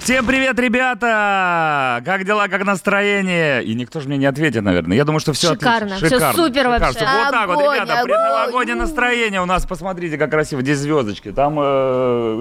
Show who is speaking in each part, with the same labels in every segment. Speaker 1: Всем привет, ребята! Как дела, как настроение? И никто же мне не ответит, наверное. Я думаю, что все
Speaker 2: Шикарно,
Speaker 1: отлично.
Speaker 2: всё супер вообще.
Speaker 1: Вот так вот,
Speaker 2: Огонь,
Speaker 1: ребята, предновогоднее настроение у нас. Посмотрите, как красиво. Здесь звездочки, там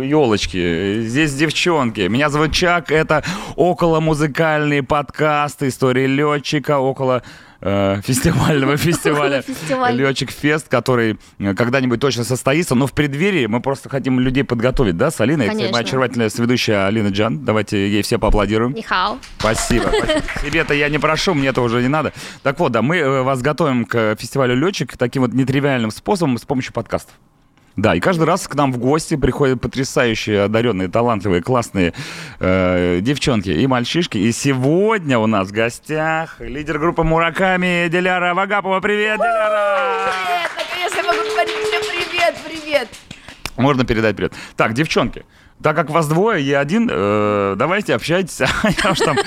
Speaker 1: елочки, здесь девчонки. Меня зовут Чак, это около музыкальный подкаст «Истории летчика», около э, фестивального фестиваля
Speaker 2: фестиваля.
Speaker 1: Летчик Фест, который э, когда-нибудь точно состоится, но в преддверии мы просто хотим людей подготовить, да, с Алиной?
Speaker 2: Конечно.
Speaker 1: Моя очаровательная ведущая Алина Джан. Давайте ей все поаплодируем.
Speaker 2: Нихао.
Speaker 1: Спасибо. спасибо. Себе-то я не прошу, мне это уже не надо. Так вот, да, мы э, вас готовим к э, фестивалю летчик таким вот нетривиальным способом с помощью подкастов. Да, и каждый раз к нам в гости приходят потрясающие, одаренные, талантливые, классные э, девчонки и мальчишки. И сегодня у нас в гостях лидер группы Мураками Диляра Вагапова. Привет, Диляра!
Speaker 3: Привет, Э, наконец-то я могу говорить всем привет, привет.
Speaker 1: Можно передать привет. Так, девчонки, так как вас двое, я один, э, давайте общайтесь, а я уж там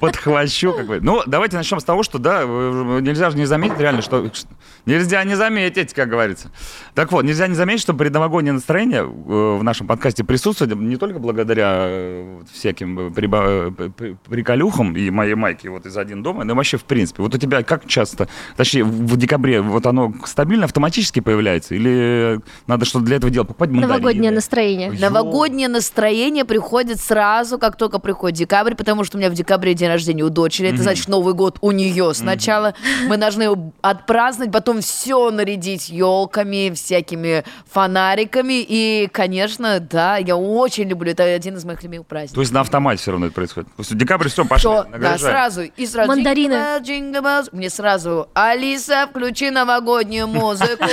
Speaker 1: подхвачу. Как бы. Ну, давайте начнем с того, что, да, э, нельзя же не заметить, реально, что... что- Нельзя не заметить, как говорится. Так вот, нельзя не заметить, что предновогоднее настроение э, в нашем подкасте присутствует не только благодаря э, вот всяким э, приба- э, п- п- приколюхам и моей майке вот из «Один дома», но вообще в принципе. Вот у тебя как часто, точнее, в в декабре вот оно стабильно автоматически появляется? Или надо что-то для этого делать? Покупать мандарины?
Speaker 2: Новогоднее настроение.
Speaker 1: Ой.
Speaker 3: Новогоднее настроение приходит сразу, как только приходит декабрь, потому что у меня в декабре день рождения у дочери. Это значит Новый год у нее. Сначала мы должны его отпраздновать, потом все нарядить елками, всякими фонариками. И, конечно, да, я очень люблю. Это один из моих любимых праздников.
Speaker 1: То есть на автомате все равно это происходит. То есть в декабрь все, пошли,
Speaker 3: Всё, да,
Speaker 1: нагружаем.
Speaker 3: сразу. И сразу.
Speaker 2: Мандарины.
Speaker 3: «Jingle bells, jingle bells». Мне сразу. Алиса, включи новогоднюю музыку.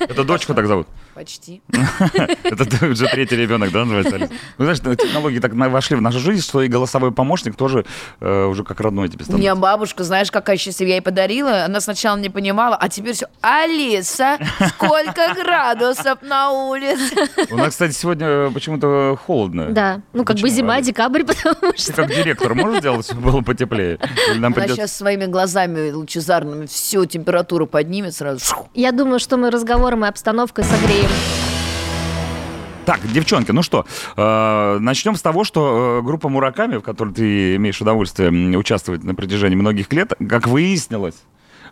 Speaker 1: Это дочку так зовут.
Speaker 3: Почти.
Speaker 1: Это ты уже третий ребенок, да, называется? Алис? Ну, знаешь, технологии так на- вошли в нашу жизнь, что и голосовой помощник тоже э, уже как родной тебе
Speaker 3: У меня
Speaker 1: становится.
Speaker 3: бабушка, знаешь, какая счастливая, я ей подарила. Она сначала не понимала, а теперь все. Алиса, сколько градусов на улице?
Speaker 1: У нас, кстати, сегодня э, почему-то холодно.
Speaker 2: Да, ну как бы
Speaker 1: Почему,
Speaker 2: зима,
Speaker 1: Алис?
Speaker 2: декабрь, потому
Speaker 1: Ты
Speaker 2: что...
Speaker 1: как директор можешь сделать, чтобы было потеплее? Или нам
Speaker 3: Она
Speaker 1: придётся-
Speaker 3: сейчас своими глазами лучезарными всю температуру поднимет сразу. Шух.
Speaker 2: Я думаю, что мы разговором и обстановкой согреем.
Speaker 1: Так, девчонки, ну что, э, начнем с того, что э, группа Мураками, в которой ты имеешь удовольствие м, участвовать на протяжении многих лет, как выяснилось,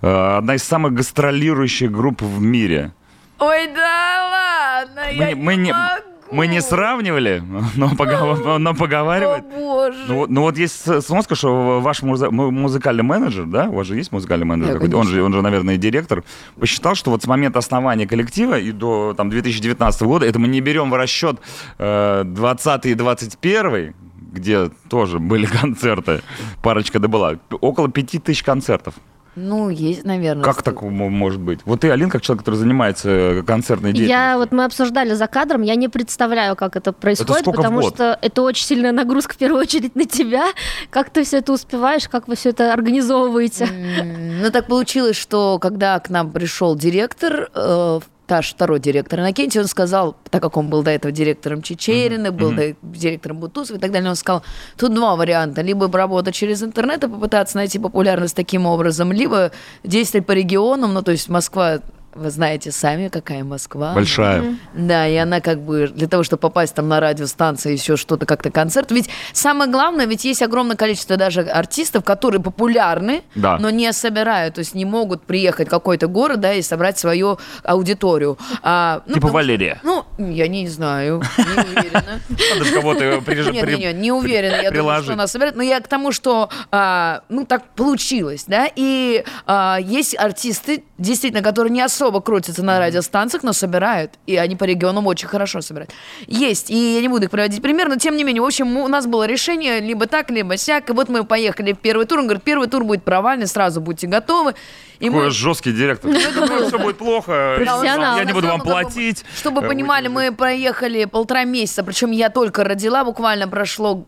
Speaker 1: э, одна из самых гастролирующих групп в мире.
Speaker 3: Ой, да ладно,
Speaker 1: Мы,
Speaker 3: я
Speaker 1: не- мы не,
Speaker 3: могу.
Speaker 1: мы не сравнивали, но, пога- но
Speaker 3: О,
Speaker 1: поговаривает.
Speaker 3: боже.
Speaker 1: Ну, вот- ну вот есть с- сноска, что ваш муза- му- музыкальный менеджер, да, у вас же есть музыкальный менеджер,
Speaker 3: Да,
Speaker 1: какой-то? он же, он же, наверное, и директор, посчитал, что вот с момента основания коллектива и до там 2019 года, это мы не берем в расчет э, 20 и 21 где тоже были концерты, парочка да была, п- около 5000 концертов.
Speaker 3: Ну, есть, наверное.
Speaker 1: Как так м- может быть? Вот ты, Алин, как человек, который занимается э, концертной деятельностью.
Speaker 2: Я вот мы обсуждали за кадром, я не представляю, как это происходит,
Speaker 1: сколько в
Speaker 2: потому
Speaker 1: год?
Speaker 2: что это очень сильная нагрузка в первую очередь на тебя. Как ты все это успеваешь, как вы все это организовываете?
Speaker 3: М, Ну, так получилось, что когда к нам пришел директор, э, наш второй директор Иннокентий, он сказал, так как он был до этого директором Чечерина, был до э- директором Бутусова и так далее, он сказал, тут два варианта. Либо работать через интернет и попытаться найти популярность таким образом, либо действовать по регионам, ну, то есть Москва, вы знаете сами, какая Москва.
Speaker 1: Большая.
Speaker 3: Да, и она как бы для того, чтобы попасть там на радиостанции, еще что-то, как-то концерт. Ведь самое главное, ведь есть огромное количество даже артистов, которые популярны,
Speaker 1: Да.
Speaker 3: но не собирают, то есть не могут приехать в какой-то город, да, и собрать свою аудиторию. А,
Speaker 1: типа
Speaker 3: ну, потому-
Speaker 1: Валерия.
Speaker 3: Ну, я не знаю, не уверена.
Speaker 1: Надо же кого-то э, при-
Speaker 3: Нет,
Speaker 1: при-
Speaker 3: нет, нет, не уверена, я думаю,
Speaker 1: приложить.
Speaker 3: что она собирает. Но я к тому, что, а, ну, так получилось, да, и а, есть артисты, действительно, которые не особо крутятся на радиостанциях, но собирают, и они по регионам очень хорошо собирают. Есть, и я не буду их приводить пример, но тем не менее, в общем, у нас было решение либо так, либо сяк, и вот мы поехали в первый тур, он говорит, первый тур будет провальный, сразу будьте готовы. И
Speaker 1: Какой
Speaker 3: мы-
Speaker 1: жесткий директор. Все будет плохо.
Speaker 2: Да, он
Speaker 1: Я
Speaker 2: сказал,
Speaker 1: не буду вам
Speaker 3: Чтобы-
Speaker 1: платить.
Speaker 3: Чтобы
Speaker 1: Э,
Speaker 3: понимали,
Speaker 1: вы-
Speaker 3: мы проехали полтора месяца, причем я только родила, буквально прошло,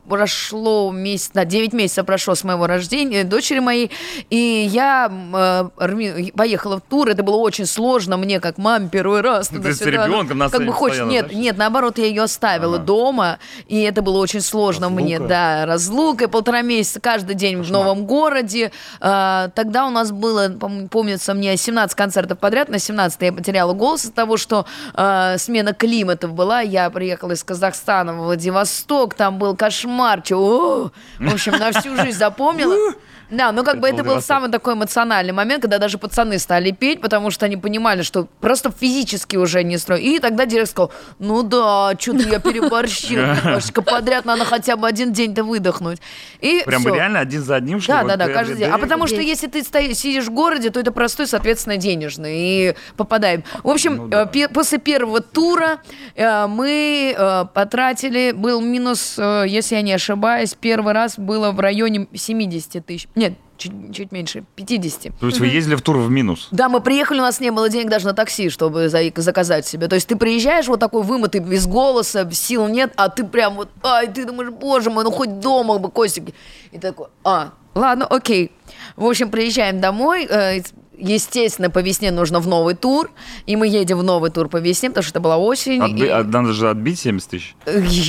Speaker 3: прошло месяц, да, 9 месяцев прошло с моего рождения, дочери моей, и я м, э, рви- поехала в тур, это было очень сложно мне, как маме, первый раз.
Speaker 1: Ты с
Speaker 3: туда-сюда.
Speaker 1: ребенком на
Speaker 3: Как
Speaker 1: сцене
Speaker 3: бы хочешь,
Speaker 1: постоянно,
Speaker 3: нет,
Speaker 1: да?
Speaker 3: нет, наоборот, я ее оставила
Speaker 1: Ага.
Speaker 3: дома, и это было очень сложно
Speaker 1: Разлука.
Speaker 3: мне, да, разлука, и полтора месяца, каждый день в новом городе. А, Тогда у нас было, пом- помнится мне, 17 концертов подряд, на 17 я потеряла голос из-за того, что а, смена климатов была, я приехала из Казахстана в Владивосток, там был кошмар, чё, о! в общем, на всю жизнь запомнила. Да, ну как бы это был
Speaker 1: Владивосток.
Speaker 3: самый такой эмоциональный момент, когда даже пацаны стали петь, потому что они понимали, что просто физически уже не строй. И тогда директор сказал, ну да, что-то я переборщил, немножечко подряд надо хотя бы один день-то выдохнуть. И
Speaker 1: Прям
Speaker 3: всё.
Speaker 1: реально один за одним, что
Speaker 3: Да,
Speaker 1: вот
Speaker 3: да, да,
Speaker 1: ты-
Speaker 3: каждый
Speaker 1: ты-
Speaker 3: день. А потому что
Speaker 2: День.
Speaker 3: если ты стои- сидишь в городе, то это простой, соответственно, денежный. И попадаем. В общем,
Speaker 1: Ну да.
Speaker 3: э, пе- после первого тура э, мы э, потратили, был минус, э, если я не ошибаюсь, первый раз было в районе 70 тысяч. Нет, чуть, чуть меньше, 50.
Speaker 1: То есть вы ездили в тур в минус.
Speaker 3: Да, мы приехали, у нас не было денег даже на такси, чтобы за- заказать себе. То есть ты приезжаешь вот такой вымытый, без голоса, сил нет, а ты прям вот, ай, ты думаешь, боже мой, ну хоть дома бы, Костик. И такой, а, ладно, окей. В общем, приезжаем домой, э, естественно, по весне нужно в новый тур, и мы едем в новый тур по весне, потому что это была осень.
Speaker 1: Отби-
Speaker 3: и-
Speaker 1: а, Надо же отбить 70 тысяч.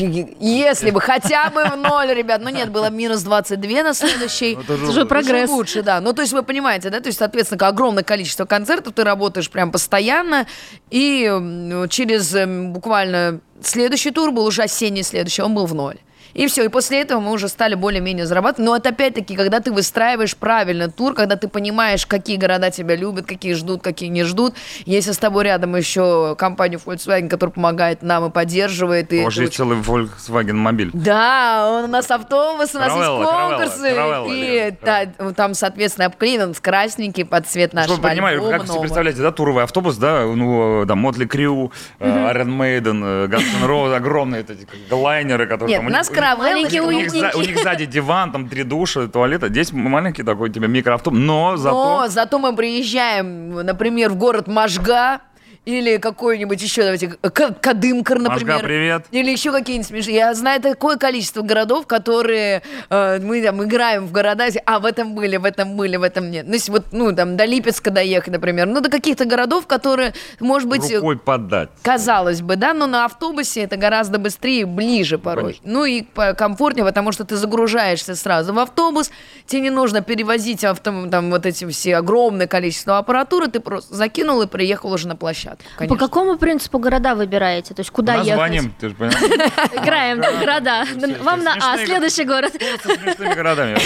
Speaker 3: Если бы хотя бы в ноль, ребят. Ну нет, было минус 22 на следующий.
Speaker 1: Это
Speaker 2: Это же
Speaker 1: жутко.
Speaker 2: прогресс.
Speaker 3: Уже лучше, да. Ну, то есть вы понимаете, да, то есть, соответственно, огромное количество концертов, ты работаешь прям постоянно, и м, через м, буквально следующий тур был уже осенний следующий, он был в ноль. И все, и после этого мы уже стали более-менее зарабатывать. Но это опять-таки, когда ты выстраиваешь правильно тур, когда ты понимаешь, какие города тебя любят, какие ждут, какие не ждут. Если с тобой рядом еще компания Volkswagen, которая помогает нам и поддерживает. И
Speaker 1: У вас
Speaker 3: это
Speaker 1: же есть
Speaker 3: очень
Speaker 1: целый Volkswagen мобиль.
Speaker 3: да, он- у нас автобус, у нас
Speaker 1: Каравелла,
Speaker 3: есть
Speaker 1: каравелла,
Speaker 3: конкурсы.
Speaker 1: каравелла,
Speaker 3: и
Speaker 1: Лена,
Speaker 3: да, там, соответственно, обклеен он с красненький под цвет
Speaker 1: Ну,
Speaker 3: нашего
Speaker 1: Чтобы вы понимали,
Speaker 3: альбома
Speaker 1: как вы себе
Speaker 3: нового.
Speaker 1: представляете, да, туровый автобус, да, ну, э, да, Мотли Крю, э, Iron Maiden, э, Guns N' Roses, огромные эти как лайнеры, которые
Speaker 3: Нет,
Speaker 1: там...
Speaker 3: у
Speaker 1: у них-
Speaker 3: нас каравеллы,
Speaker 2: маленькие
Speaker 1: у
Speaker 3: но-
Speaker 1: них, за- у них сзади диван, там три душа, туалет, а здесь маленький такой тебе микроавтобус, но зато...
Speaker 3: Но зато мы приезжаем, например, в город Можга, или какой-нибудь еще, давайте, К- Кадымкар,
Speaker 1: Можга,
Speaker 3: например.
Speaker 1: привет.
Speaker 3: Или еще какие-нибудь смешные. Я знаю такое количество городов, которые э, мы там играем в города. и- А, в этом были, в этом были, в этом нет. Ну, если вот, ну, там, до Липецка доехать, например. Ну, до каких-то городов, которые, может быть, э,
Speaker 1: Рукой подать.
Speaker 3: Казалось бы, да, но на автобусе это гораздо быстрее, ближе порой.
Speaker 1: Конечно.
Speaker 3: Ну и по- комфортнее, потому что ты загружаешься сразу в автобус, тебе не нужно перевозить авто, там вот эти все огромное количество аппаратуры, ты просто закинул и приехал уже на площадку.
Speaker 2: По
Speaker 3: Конечно.
Speaker 2: какому принципу города выбираете? То есть куда
Speaker 1: Названием, ты же понимаешь,
Speaker 2: ехать? Играем
Speaker 1: Да.
Speaker 2: города.
Speaker 1: Слушайте,
Speaker 2: Вам на А,
Speaker 1: смешные-
Speaker 2: следующий город.
Speaker 1: со смешными городами.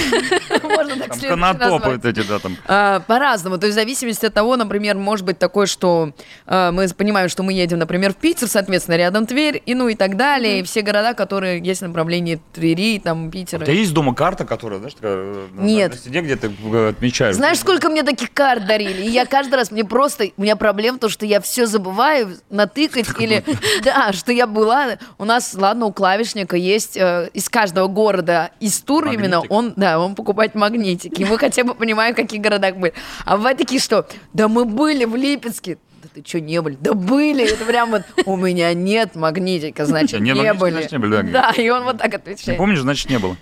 Speaker 3: Можно так
Speaker 1: Там
Speaker 3: следующий
Speaker 1: конотопы
Speaker 3: назвать.
Speaker 1: вот эти, да, там.
Speaker 3: А, По-разному. То есть в зависимости от того, например, может быть такое, что а, мы понимаем, что мы едем, например, в Питер, соответственно, рядом Тверь, и ну и так далее. И все города, которые есть в направлении Твери, там,
Speaker 1: У
Speaker 3: Питера.
Speaker 1: тебя есть дома карта, которая, знаешь, такая... э, на-
Speaker 3: Нет.
Speaker 1: На стене, где ты э, отмечаешь.
Speaker 3: Знаешь, сколько мне таких карт дарили? И я каждый раз, мне просто, у меня проблема то, что я все забываю натыкать или, да, что я была. У нас, ладно, у клавишника есть э, из каждого города, из тура
Speaker 1: Магнитик.
Speaker 3: именно, он, да, он покупает магнитики. И мы хотя бы понимаем, в каких городах были. А бывают такие, что, да мы были в Липецке. Да ты что, не были? Да были. Это прям вот, у меня нет магнитика, значит,
Speaker 1: Нет
Speaker 3: не
Speaker 1: магнитика,
Speaker 3: были.
Speaker 1: значит, не были, да, говорит.
Speaker 3: Да, и он вот так
Speaker 1: Не
Speaker 3: отвечает.
Speaker 1: помнишь, значит, не было.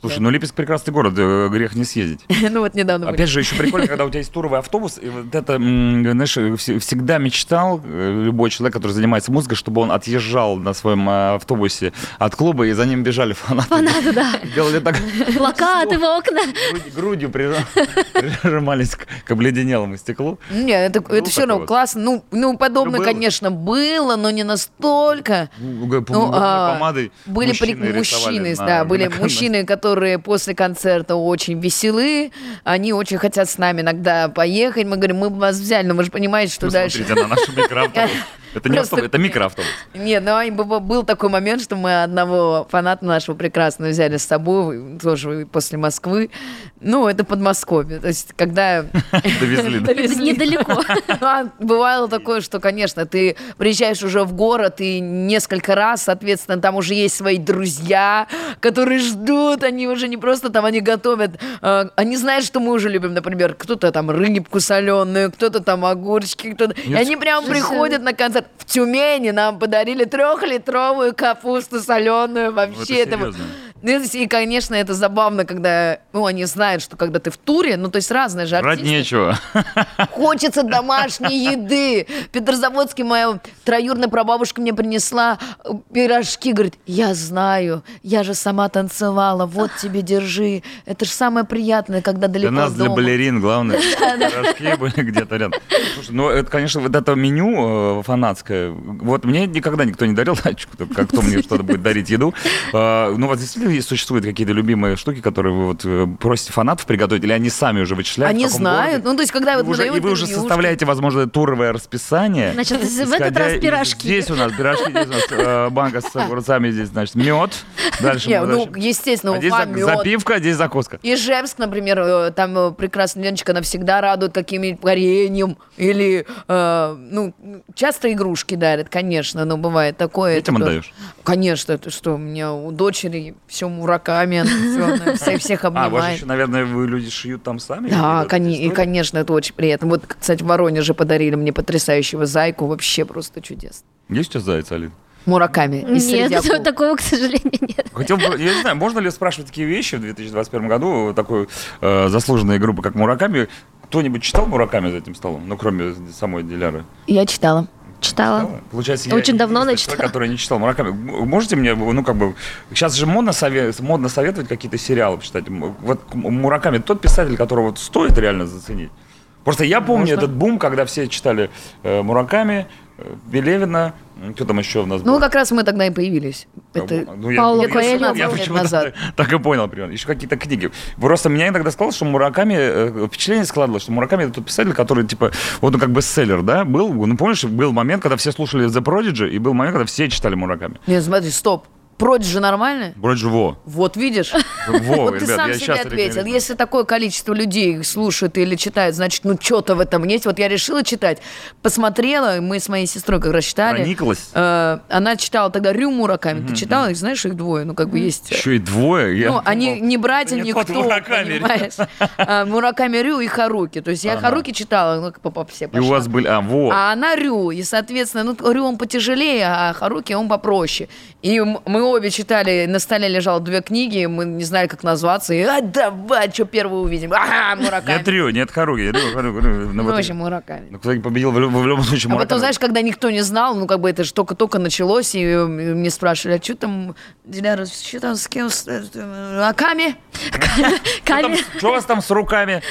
Speaker 1: Слушай, ну Липецк прекрасный город, э, грех не съездить.
Speaker 3: Ну вот недавно были.
Speaker 1: Опять же, еще прикольно, когда у тебя есть туровый автобус, и вот это, м, знаешь, э, вс- всегда мечтал э, любой человек, который занимается музыкой, чтобы он отъезжал на своем э, автобусе от клуба, и за ним бежали фанаты.
Speaker 2: Фанаты, да.
Speaker 1: Делали так,
Speaker 2: Плакаты в окна.
Speaker 1: грудь- грудью прижа- прижимались к к обледенелому стеклу.
Speaker 3: Не, это,
Speaker 1: Было
Speaker 3: это все равно
Speaker 1: такое вот?
Speaker 3: классно. Ну, ну подобное,
Speaker 1: Ну, было.
Speaker 3: конечно, было, но не настолько.
Speaker 1: Ну, г-
Speaker 3: Ну,
Speaker 1: губной
Speaker 3: а,
Speaker 1: помадой
Speaker 3: были при-
Speaker 1: мужчины рисовали
Speaker 3: мужчины,
Speaker 1: на-
Speaker 3: да, были
Speaker 1: на-
Speaker 3: мужчины, которые после концерта очень веселы, они очень хотят с нами иногда поехать. Мы говорим, мы бы вас взяли, но вы же понимаете, что
Speaker 1: Вы
Speaker 3: дальше.
Speaker 1: Ну, Смотрите на наш микроавтобус. Это не
Speaker 3: Просто-
Speaker 1: автобус, это микроавтобус.
Speaker 3: Нет, ну а и б- б- был такой момент, что мы одного фаната нашего прекрасного взяли с собой, тоже после Москвы. Ну, это Подмосковье. То есть, когда
Speaker 1: Довезли. да.
Speaker 2: Это Недалеко.
Speaker 3: Ну, а бывало такое, что, конечно, ты приезжаешь уже в город и несколько раз, соответственно, там уже есть свои друзья, которые ждут, они уже не просто там, они готовят, э, они знают, что мы уже любим, например, кто-то там рыбку соленую, кто-то там огурчики, кто-то, и
Speaker 1: Нет,
Speaker 3: они прям
Speaker 2: слушай.
Speaker 3: приходят на концерт. В Тюмени нам подарили трехлитровую капусту соленую,
Speaker 1: Ну,
Speaker 3: вообще
Speaker 1: это
Speaker 3: это было-
Speaker 1: серьезно.
Speaker 3: И, конечно, это забавно, когда, ну, они знают, что когда ты в туре, ну, то есть разные же
Speaker 1: Брать
Speaker 3: артисты.
Speaker 1: нечего.
Speaker 3: Хочется домашней еды. В Петрозаводске моя троюрная прабабушка мне принесла э, пирожки. Говорит, я знаю, я же сама танцевала, вот тебе, держи. Это же самое приятное, когда далеко
Speaker 1: Для нас,
Speaker 3: от
Speaker 1: для
Speaker 3: дома.
Speaker 1: балерин, главное, чтобы пирожки были где-то рядом. Слушай, ну это, конечно, вот это меню э, фанатское. Вот мне никогда никто не дарил, как кто мне что-то будет дарить еду. Э, Ну вот действительно есть- существуют какие-то любимые штуки, которые вы вот э, просите фанатов приготовить, или они сами уже вычисляют? в
Speaker 3: Они
Speaker 1: каком
Speaker 3: знают.
Speaker 1: городе?
Speaker 3: Ну, то есть, когда
Speaker 1: И
Speaker 3: вот
Speaker 1: вы
Speaker 3: мы
Speaker 1: уже-
Speaker 3: даем
Speaker 1: и вы уже
Speaker 3: интервью,
Speaker 1: составляете, возможно, туровое расписание.
Speaker 2: Значит, в этот
Speaker 1: исходя
Speaker 2: раз
Speaker 1: из-
Speaker 2: пирожки.
Speaker 1: Здесь у нас пирожки, здесь у нас э, банка с огурцами, здесь, значит, мед. Дальше
Speaker 3: Не,
Speaker 1: мы
Speaker 3: ну,
Speaker 1: дальше.
Speaker 3: естественно,
Speaker 1: А здесь
Speaker 3: Уфа,
Speaker 1: за-
Speaker 3: мед.
Speaker 1: запивка, здесь закуска.
Speaker 3: Ижевск, например, э, там э, прекрасная Леночка, она всегда радует каким-нибудь вареньем или, э, ну, часто игрушки дарят, конечно, но бывает такое.
Speaker 1: Детям
Speaker 3: Это-
Speaker 1: отдаешь?
Speaker 3: Конечно, это что, у меня у дочери все мураками, она всё, она вся- всех
Speaker 1: А, вот
Speaker 3: обнимает.
Speaker 1: еще, наверное, вы люди шьют там сами?
Speaker 3: Да,
Speaker 1: Или
Speaker 3: кони-
Speaker 1: это
Speaker 3: и,
Speaker 1: история?
Speaker 3: конечно, это очень приятно. Вот, кстати, в Воронеже подарили мне потрясающего зайку, вообще просто чудес.
Speaker 1: Есть у тебя заяц, Алин?
Speaker 3: Мураками. и
Speaker 2: Нет,
Speaker 3: среди акул.
Speaker 2: такого, к сожалению, нет.
Speaker 1: Хотел бы, я не знаю, можно ли спрашивать такие вещи в 2021 году, такой э, заслуженной группы, как Мураками? Кто-нибудь читал Мураками за этим столом? Ну, кроме самой Диляры.
Speaker 3: Я читала.
Speaker 2: Читала.
Speaker 1: Получается,
Speaker 2: Очень давно
Speaker 1: единственный
Speaker 2: начала.
Speaker 1: Человек, который не читал Мураками. М- Можете мне, ну, как бы... Сейчас же модно, сове- модно советовать какие-то сериалы почитать. М- Вот к- Мураками тот писатель, которого вот стоит реально заценить. Просто я помню
Speaker 3: Можно.
Speaker 1: этот бум, когда все читали э, Мураками, э, Белевина, м, кто там еще у нас
Speaker 3: Ну,
Speaker 1: был?
Speaker 3: как раз мы тогда и появились. Это-
Speaker 1: Ну, я-
Speaker 2: Паоло
Speaker 1: я-
Speaker 2: Коэльо
Speaker 1: Я
Speaker 3: 18
Speaker 1: почему-то
Speaker 3: лет назад.
Speaker 1: так и понял примерно. Еще какие-то книги. Просто меня иногда сказалось, что Мураками, э, впечатление складывалось, что Мураками это тот писатель, который, типа, вот он как бестселлер, да, был. Ну, помнишь, был момент, когда все слушали The Prodigy, и был момент, когда все читали Мураками.
Speaker 3: Нет, смотри, стоп. Против же нормально?
Speaker 1: Вроде во.
Speaker 3: Вот видишь?
Speaker 1: Во,
Speaker 3: Вот ты
Speaker 1: ребят,
Speaker 3: сам
Speaker 1: я
Speaker 3: себе
Speaker 1: сейчас
Speaker 3: ответил. Если такое количество людей их слушают или читают, значит, ну что-то в этом есть. Вот я решила читать, посмотрела, и мы с моей сестрой как раз читали.
Speaker 1: Прониклась.
Speaker 3: Э, Она читала тогда Рю Мураками. Ты читала их, знаешь, их двое, ну как бы есть. э,
Speaker 1: Еще и двое. я
Speaker 3: Ну, они
Speaker 1: думал,
Speaker 3: не братья
Speaker 1: это не
Speaker 3: никто,
Speaker 1: тот Мураками,
Speaker 3: понимаешь? А, Мураками Рю и Харуки. То есть я
Speaker 1: Ага.
Speaker 3: Харуки читала, ну, как попа все
Speaker 1: И у
Speaker 3: пошла.
Speaker 1: вас были... А, во.
Speaker 3: А она Рю, и, соответственно, ну, Рю он потяжелее, а Харуки он попроще. И м- мы обе читали, на столе лежало две книги, мы не знали, как назваться, и а, давай, что первую увидим? Ага, Мураками.
Speaker 1: Нет Рю, нет Харуги. Рю, Харуги, Рю. Ну,
Speaker 3: Ну, в
Speaker 1: вот-
Speaker 3: общем, Мураками.
Speaker 1: Ну, кто-нибудь победил в лю- в любом случае
Speaker 3: А потом,
Speaker 1: Мураками.
Speaker 3: знаешь, когда никто не знал, ну, как бы это же только-только началось, и э, мне спрашивали, а что там, Диляра, что там с кем, с, э, э, Аками?
Speaker 2: Камера.
Speaker 1: Что у вас Ну, там с руками?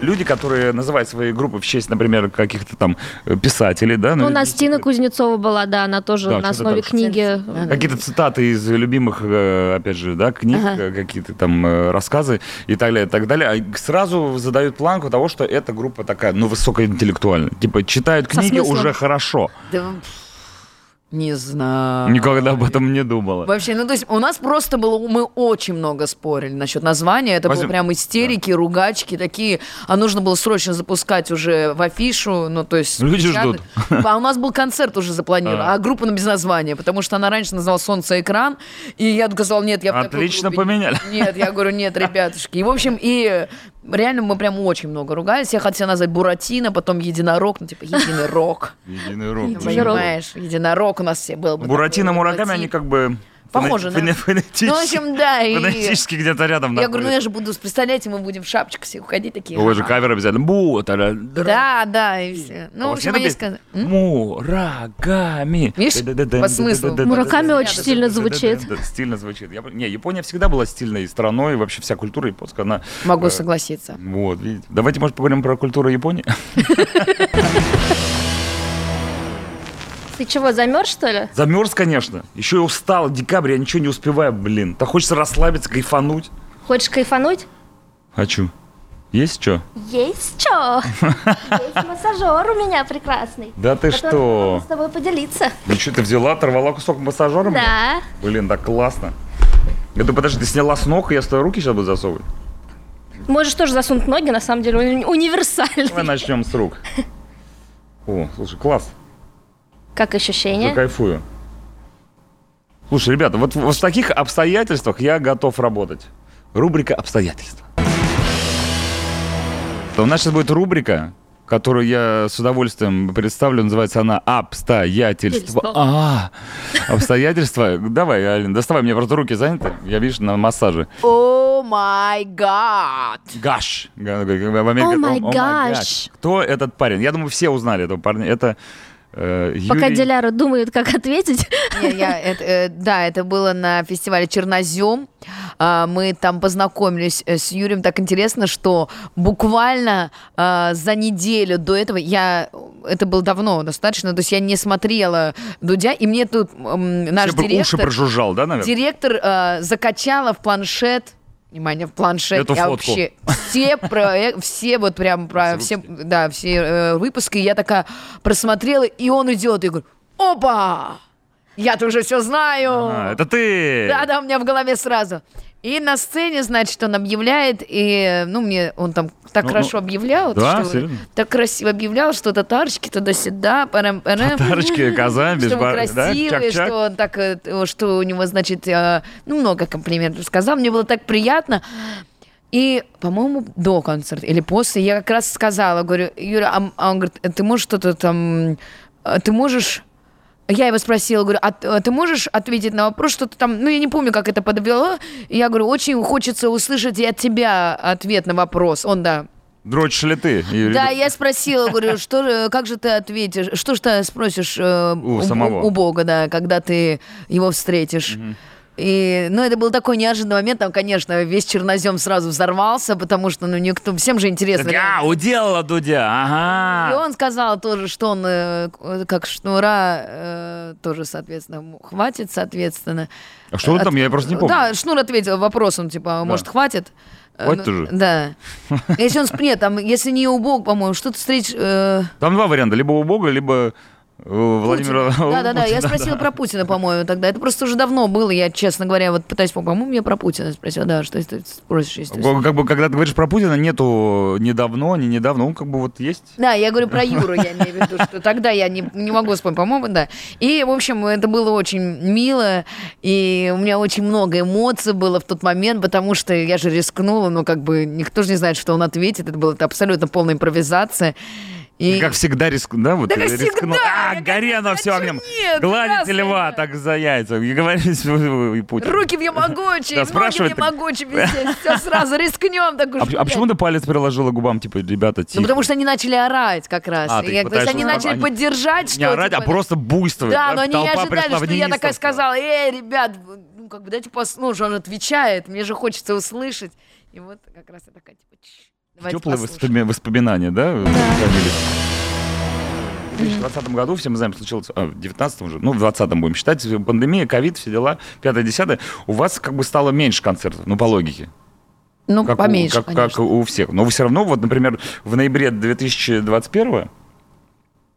Speaker 1: Люди, которые называют свои группы в честь, например, каких-то там э, писателей, да?
Speaker 2: Ну,
Speaker 1: ну,
Speaker 2: у нас Тина Кузнецова была, да, она тоже
Speaker 1: Да,
Speaker 2: на
Speaker 1: что-то
Speaker 2: основе
Speaker 1: там.
Speaker 2: книги.
Speaker 1: Какие-то цитаты из любимых, э, опять же, да, книг, э, какие-то там э, рассказы и так далее, и так далее. А и сразу задают планку того, что эта группа такая, ну, высокоинтеллектуальная. Типа, читают
Speaker 2: Со
Speaker 1: книги
Speaker 2: смыслом.
Speaker 1: уже хорошо.
Speaker 3: Да, пф, не знаю.
Speaker 1: Никогда об этом не думала.
Speaker 3: Вообще, ну то есть у нас просто было, мы очень много спорили насчет названия, это
Speaker 1: Возьм-
Speaker 3: было прям истерики, ругачки такие, а нужно было срочно запускать уже в афишу, ну то есть...
Speaker 1: Люди
Speaker 3: печатать. А у нас был концерт уже запланирован,
Speaker 1: А.
Speaker 3: а группа на без названия, потому что она раньше называла «Солнце экран», и я сказала, нет, я в такой
Speaker 1: Отлично
Speaker 3: группе не-
Speaker 1: поменяли.
Speaker 3: Нет, я говорю, нет, ребятушки. И в общем, и реально мы прям очень много ругались, я хотела назвать «Буратино», потом «Единорог», ну типа «Единый рог»,
Speaker 1: Единый рог.
Speaker 2: Единорог.
Speaker 3: понимаешь, «Единорог» у нас все был. бы
Speaker 1: Буратино,
Speaker 3: такой,
Speaker 1: Мураками,
Speaker 3: «Буратино».
Speaker 1: они как бы...
Speaker 3: Похожи,
Speaker 1: фоне-
Speaker 3: да.
Speaker 1: фонетически-
Speaker 3: Ну, в общем, да, и...
Speaker 1: фонетически где-то рядом.
Speaker 3: Я говорю, ну
Speaker 1: находятся.
Speaker 3: я же буду представлять, и мы будем в шапочках все уходить такие.
Speaker 1: Ой же
Speaker 3: ага.
Speaker 1: кавер обязательно. Бу, тара, дра.
Speaker 3: Да, да, и все.
Speaker 1: А
Speaker 3: Ну,
Speaker 1: у
Speaker 3: в
Speaker 1: вас
Speaker 3: общем,
Speaker 1: нету
Speaker 3: они
Speaker 1: песни?
Speaker 3: сказали... М?
Speaker 1: Мураками.
Speaker 3: Видишь,
Speaker 1: Да-да-да-да,
Speaker 3: по смыслу.
Speaker 1: да-да-да-да-да-да-да-да-да-да.
Speaker 2: Мураками очень стильно звучит.
Speaker 1: Да-да-да-да-да. Стильно звучит. Я пон- Не, Япония всегда была стильной страной, вообще вся культура японская, она...
Speaker 3: Могу
Speaker 1: э,
Speaker 3: согласиться.
Speaker 1: Вот, видите. Давайте, может, поговорим про культуру Японии? Э,
Speaker 2: Ты чего, замерз, что ли?
Speaker 1: Замерз, конечно. Еще и устал. Декабрь, я ничего не успеваю, блин. Так хочется расслабиться, кайфануть.
Speaker 2: Хочешь кайфануть?
Speaker 1: Хочу. Есть что?
Speaker 4: Есть что? Есть массажер у меня прекрасный.
Speaker 1: Да ты
Speaker 4: которым я
Speaker 1: что?
Speaker 4: могу с тобой поделиться.
Speaker 1: Ну что, ты взяла, оторвала кусок массажера? мне?
Speaker 4: Да.
Speaker 1: Блин, так классно. Я думаю, подожди, ты сняла с ног, и я с твоей руки сейчас буду засовывать?
Speaker 2: Можешь тоже засунуть ноги, на самом деле, уни-
Speaker 1: Давай
Speaker 2: универсальный.
Speaker 1: начнем с рук. О, слушай, класс.
Speaker 2: Как
Speaker 1: Я
Speaker 2: ощущение?
Speaker 1: кайфую. Слушай, ребята, вот в, вот в таких обстоятельствах я готов работать. Рубрика «Обстоятельства». То у нас сейчас будет рубрика которую я с удовольствием представлю. Называется она «Обстоятельства».
Speaker 2: Обстоятельства.
Speaker 1: А, обстоятельства. Давай, Алина, доставай, мне просто руки заняты. Я, видишь, на массаже.
Speaker 3: О май гад!
Speaker 1: Гаш. ну, В Америке
Speaker 2: Oh
Speaker 1: это,
Speaker 2: my
Speaker 1: «Oh my
Speaker 2: gosh».
Speaker 1: gosh». Кто этот парень? Я думаю, все узнали этого парня. Это э,
Speaker 2: Пока
Speaker 1: Юрий-
Speaker 2: Диляра думает, как ответить.
Speaker 3: Не, я- это, э, да, это было на фестивале Чернозем. А, Мы там познакомились э, с Юрием. Так интересно, что буквально а, за неделю до этого я это было давно достаточно, то есть я не смотрела Дудя, и мне тут м, наш
Speaker 1: Все бы уши
Speaker 3: директор,
Speaker 1: прожужжал, да, наверное?
Speaker 3: директор э, закачала в планшет Внимание, в планшет.
Speaker 1: Эту
Speaker 3: я
Speaker 1: фотку.
Speaker 3: вообще все проек- все вот прям про
Speaker 1: Все
Speaker 3: все, да, все э, выпуски. Я такая просмотрела, и он идет, и говорю, опа, я-то уже все знаю.
Speaker 1: А, это ты!
Speaker 3: Да, да, у меня в голове сразу. И на сцене, значит, он объявляет, и, ну, мне он там так
Speaker 1: Ну, ну,
Speaker 3: хорошо объявлял,
Speaker 1: да,
Speaker 3: что-
Speaker 1: серьезно?
Speaker 3: так красиво объявлял, что татарочки туда-сюда, парам парам
Speaker 1: Тарочки, коза, без
Speaker 3: что он
Speaker 1: бар- да?
Speaker 3: красивый,
Speaker 1: Чак-чак.
Speaker 3: что он так, э, т- что у него, значит, э, ну, много комплиментов сказал, мне было так приятно. И, по-моему, до концерта или после я как раз сказала, говорю, Юра, а м- а он говорит, ты можешь что-то там, э, ты можешь я его спросила, говорю, а т- а ты можешь ответить на вопрос, что ты там, ну я не помню, как это подвело. И я говорю, очень хочется услышать и от тебя ответ на вопрос. Он, да,
Speaker 1: Дрочишь ли ты? Юрий?
Speaker 3: да, я спросила, говорю, что, же- как же ты ответишь, что ж ты спросишь э,
Speaker 1: У самого.
Speaker 3: у Бога, да, когда ты его встретишь. И, ну, это был такой неожиданный момент, там, конечно, весь чернозем сразу взорвался, потому что, ну, никто, всем же интересно.
Speaker 1: Так, а, уделала Дудя,
Speaker 3: И
Speaker 1: ага.
Speaker 3: он сказал тоже, что он э, к- как шнура э, тоже, соответственно, ему хватит, соответственно.
Speaker 1: А что он там, я просто не помню.
Speaker 3: Да, Шнур ответил вопрос, он типа, может, хватит? Э,
Speaker 1: Хватит
Speaker 3: ну,
Speaker 1: уже?
Speaker 3: Да. Если он, с- нет, там, если не у Бога, по-моему, что ты встретишь... э,
Speaker 1: Там два варианта, либо у Бога, либо э, Владимира...
Speaker 3: Путина. Да, да, да. Я
Speaker 1: Путина, да.
Speaker 3: спросила про Путина, по-моему, тогда. Это просто уже давно было. Я, честно говоря, вот пытаюсь помнить. По-моему, я про Путина спросила. Да, что ты спросишь, если ты-
Speaker 1: Бог, Как бы, когда ты говоришь про Путина, нету недавно, не недавно, он как бы вот есть.
Speaker 3: Да, я говорю про Юру, я имею в виду, что тогда я не, не могу вспомнить, по-моему, да. И, в общем, это было очень мило, и у меня очень много эмоций было в тот момент, потому что я же рискнула, но как бы никто же не знает, что он ответит. Это была абсолютно полная импровизация. И...
Speaker 1: Как всегда риск, да, вот
Speaker 3: Да как
Speaker 1: рискнул.
Speaker 3: всегда,
Speaker 1: а,
Speaker 3: я
Speaker 1: гори
Speaker 3: как
Speaker 1: оно все
Speaker 3: хочу,
Speaker 1: огнем.
Speaker 3: нет,
Speaker 1: Гладите
Speaker 3: красное.
Speaker 1: льва так за яйца. И говорили, и Путин.
Speaker 3: Руки в Ямагочи,
Speaker 1: Да,
Speaker 3: ноги в
Speaker 1: спрашивает так.
Speaker 3: Ямагочи висели. Все сразу рискнем. Так уж,
Speaker 1: А, а почему
Speaker 3: блядь.
Speaker 1: ты палец приложила к губам, типа, ребята, тихо?
Speaker 3: Ну, потому что они начали орать как раз.
Speaker 1: А,
Speaker 3: И
Speaker 1: ты
Speaker 3: я-
Speaker 1: их
Speaker 3: то есть
Speaker 1: пытаешься
Speaker 3: они
Speaker 1: успокоить.
Speaker 3: начали
Speaker 1: Они-
Speaker 3: поддержать,
Speaker 1: не
Speaker 3: что...
Speaker 1: орать,
Speaker 3: типа,
Speaker 1: а просто буйствовать.
Speaker 3: Да, но они не
Speaker 1: Толпа
Speaker 3: ожидали,
Speaker 1: пришла в
Speaker 3: что я такая
Speaker 1: неистовство.
Speaker 3: сказала, эй, ребят, ну, как бы дайте пос... Ну, же он отвечает, мне же хочется услышать. И вот как раз я такая, типа, «Чш, давайте
Speaker 1: Теплые
Speaker 3: послушаем».
Speaker 1: воспоми- воспоминания, да? сохранились? В 2020 году, все мы знаем, случилось, а, в 19 уже, ну, в 20 будем считать, пандемия, ковид, все дела, 5-10, у вас как бы стало меньше концертов, ну, по логике.
Speaker 3: Ну,
Speaker 1: Как
Speaker 3: поменьше,
Speaker 1: у, как, как
Speaker 3: конечно.
Speaker 1: у всех. Но все равно, вот, например, в ноябре 2021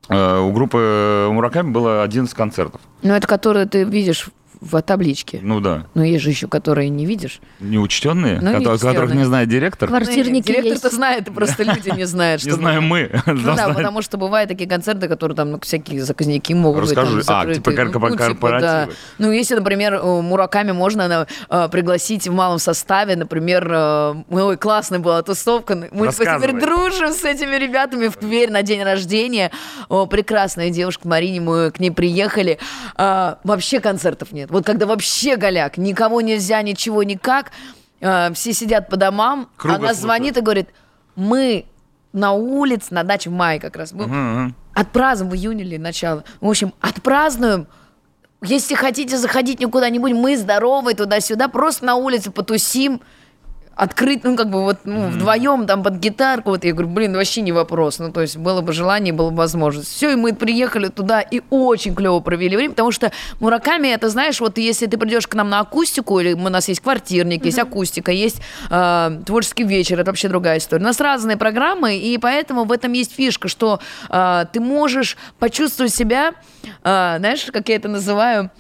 Speaker 1: э, у группы Мураками было 11 концертов.
Speaker 3: Ну, это которые ты видишь в в табличке.
Speaker 1: Ну да,
Speaker 3: Но есть же еще, которые не видишь.
Speaker 1: неучтенные,
Speaker 3: Ну,
Speaker 1: кото- которых
Speaker 3: неучтённые.
Speaker 1: не знает директор.
Speaker 2: Квартирники
Speaker 3: Ну, Директор-то
Speaker 2: есть.
Speaker 3: знает, просто люди не знают,
Speaker 1: Не
Speaker 3: что...
Speaker 1: знаю мы.
Speaker 3: Ну да, потому что бывают такие концерты, которые там ну, всякие заказники могут
Speaker 1: Расскажи.
Speaker 3: быть. там,
Speaker 1: А, типа
Speaker 3: закрытые.
Speaker 1: корпо-
Speaker 3: типа, да.
Speaker 1: корпоративы.
Speaker 3: Ну, если, например, э, Мураками можно на- э, пригласить в малом составе, например, э, ой, классная была тусовка, мы типа,
Speaker 1: Рассказывай.
Speaker 3: теперь дружим с этими ребятами в Тверь на день рождения. О, прекрасная девушка Марине, мы к ней приехали. А, вообще концертов нет. Вот когда вообще голяк, никого нельзя, ничего никак, А, все сидят по домам,
Speaker 1: Круга
Speaker 3: она
Speaker 1: слушают.
Speaker 3: звонит и говорит, мы на улице, на даче в мае как раз был.
Speaker 1: Мгм.
Speaker 3: Отпразднуем в июне или начало. В общем, отпразднуем. Если хотите заходить никуда не будем, мы здоровы туда-сюда, просто на улице потусим, открыть, ну, как бы вот ну, вдвоем там под гитарку. Вот я говорю, блин, вообще не вопрос. Ну, то есть было бы желание, было бы возможность. Все, и мы приехали туда и очень клево провели время, потому что мураками, это знаешь, вот если ты придешь к нам на акустику, или у нас есть квартирник, есть акустика, есть э, творческий вечер, это вообще другая история. У нас разные программы, и поэтому в этом есть фишка, что э, ты можешь почувствовать себя, а, э, знаешь, как я это называю,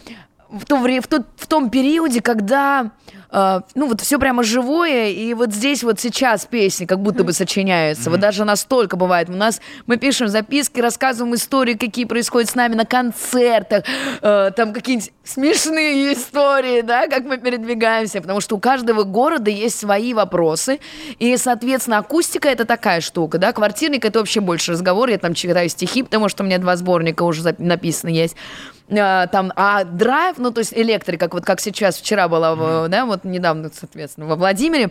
Speaker 3: в, то вре- в, тот- в том периоде, когда э, ну вот все прямо живое, и вот здесь вот сейчас песни как будто бы сочиняются. Вот даже настолько бывает. У нас мы пишем записки, рассказываем истории, какие происходят с нами на концертах, э, там какие-нибудь смешные истории, да, как мы передвигаемся, потому что у каждого города есть свои вопросы, и, соответственно, акустика это такая штука, да, квартирник это вообще больше разговор, я там читаю стихи, потому что у меня два сборника уже зап- написаны есть, а, там, а драйв, ну, то есть электрик, как вот как сейчас, вчера была, в, да, вот недавно, соответственно, во Владимире,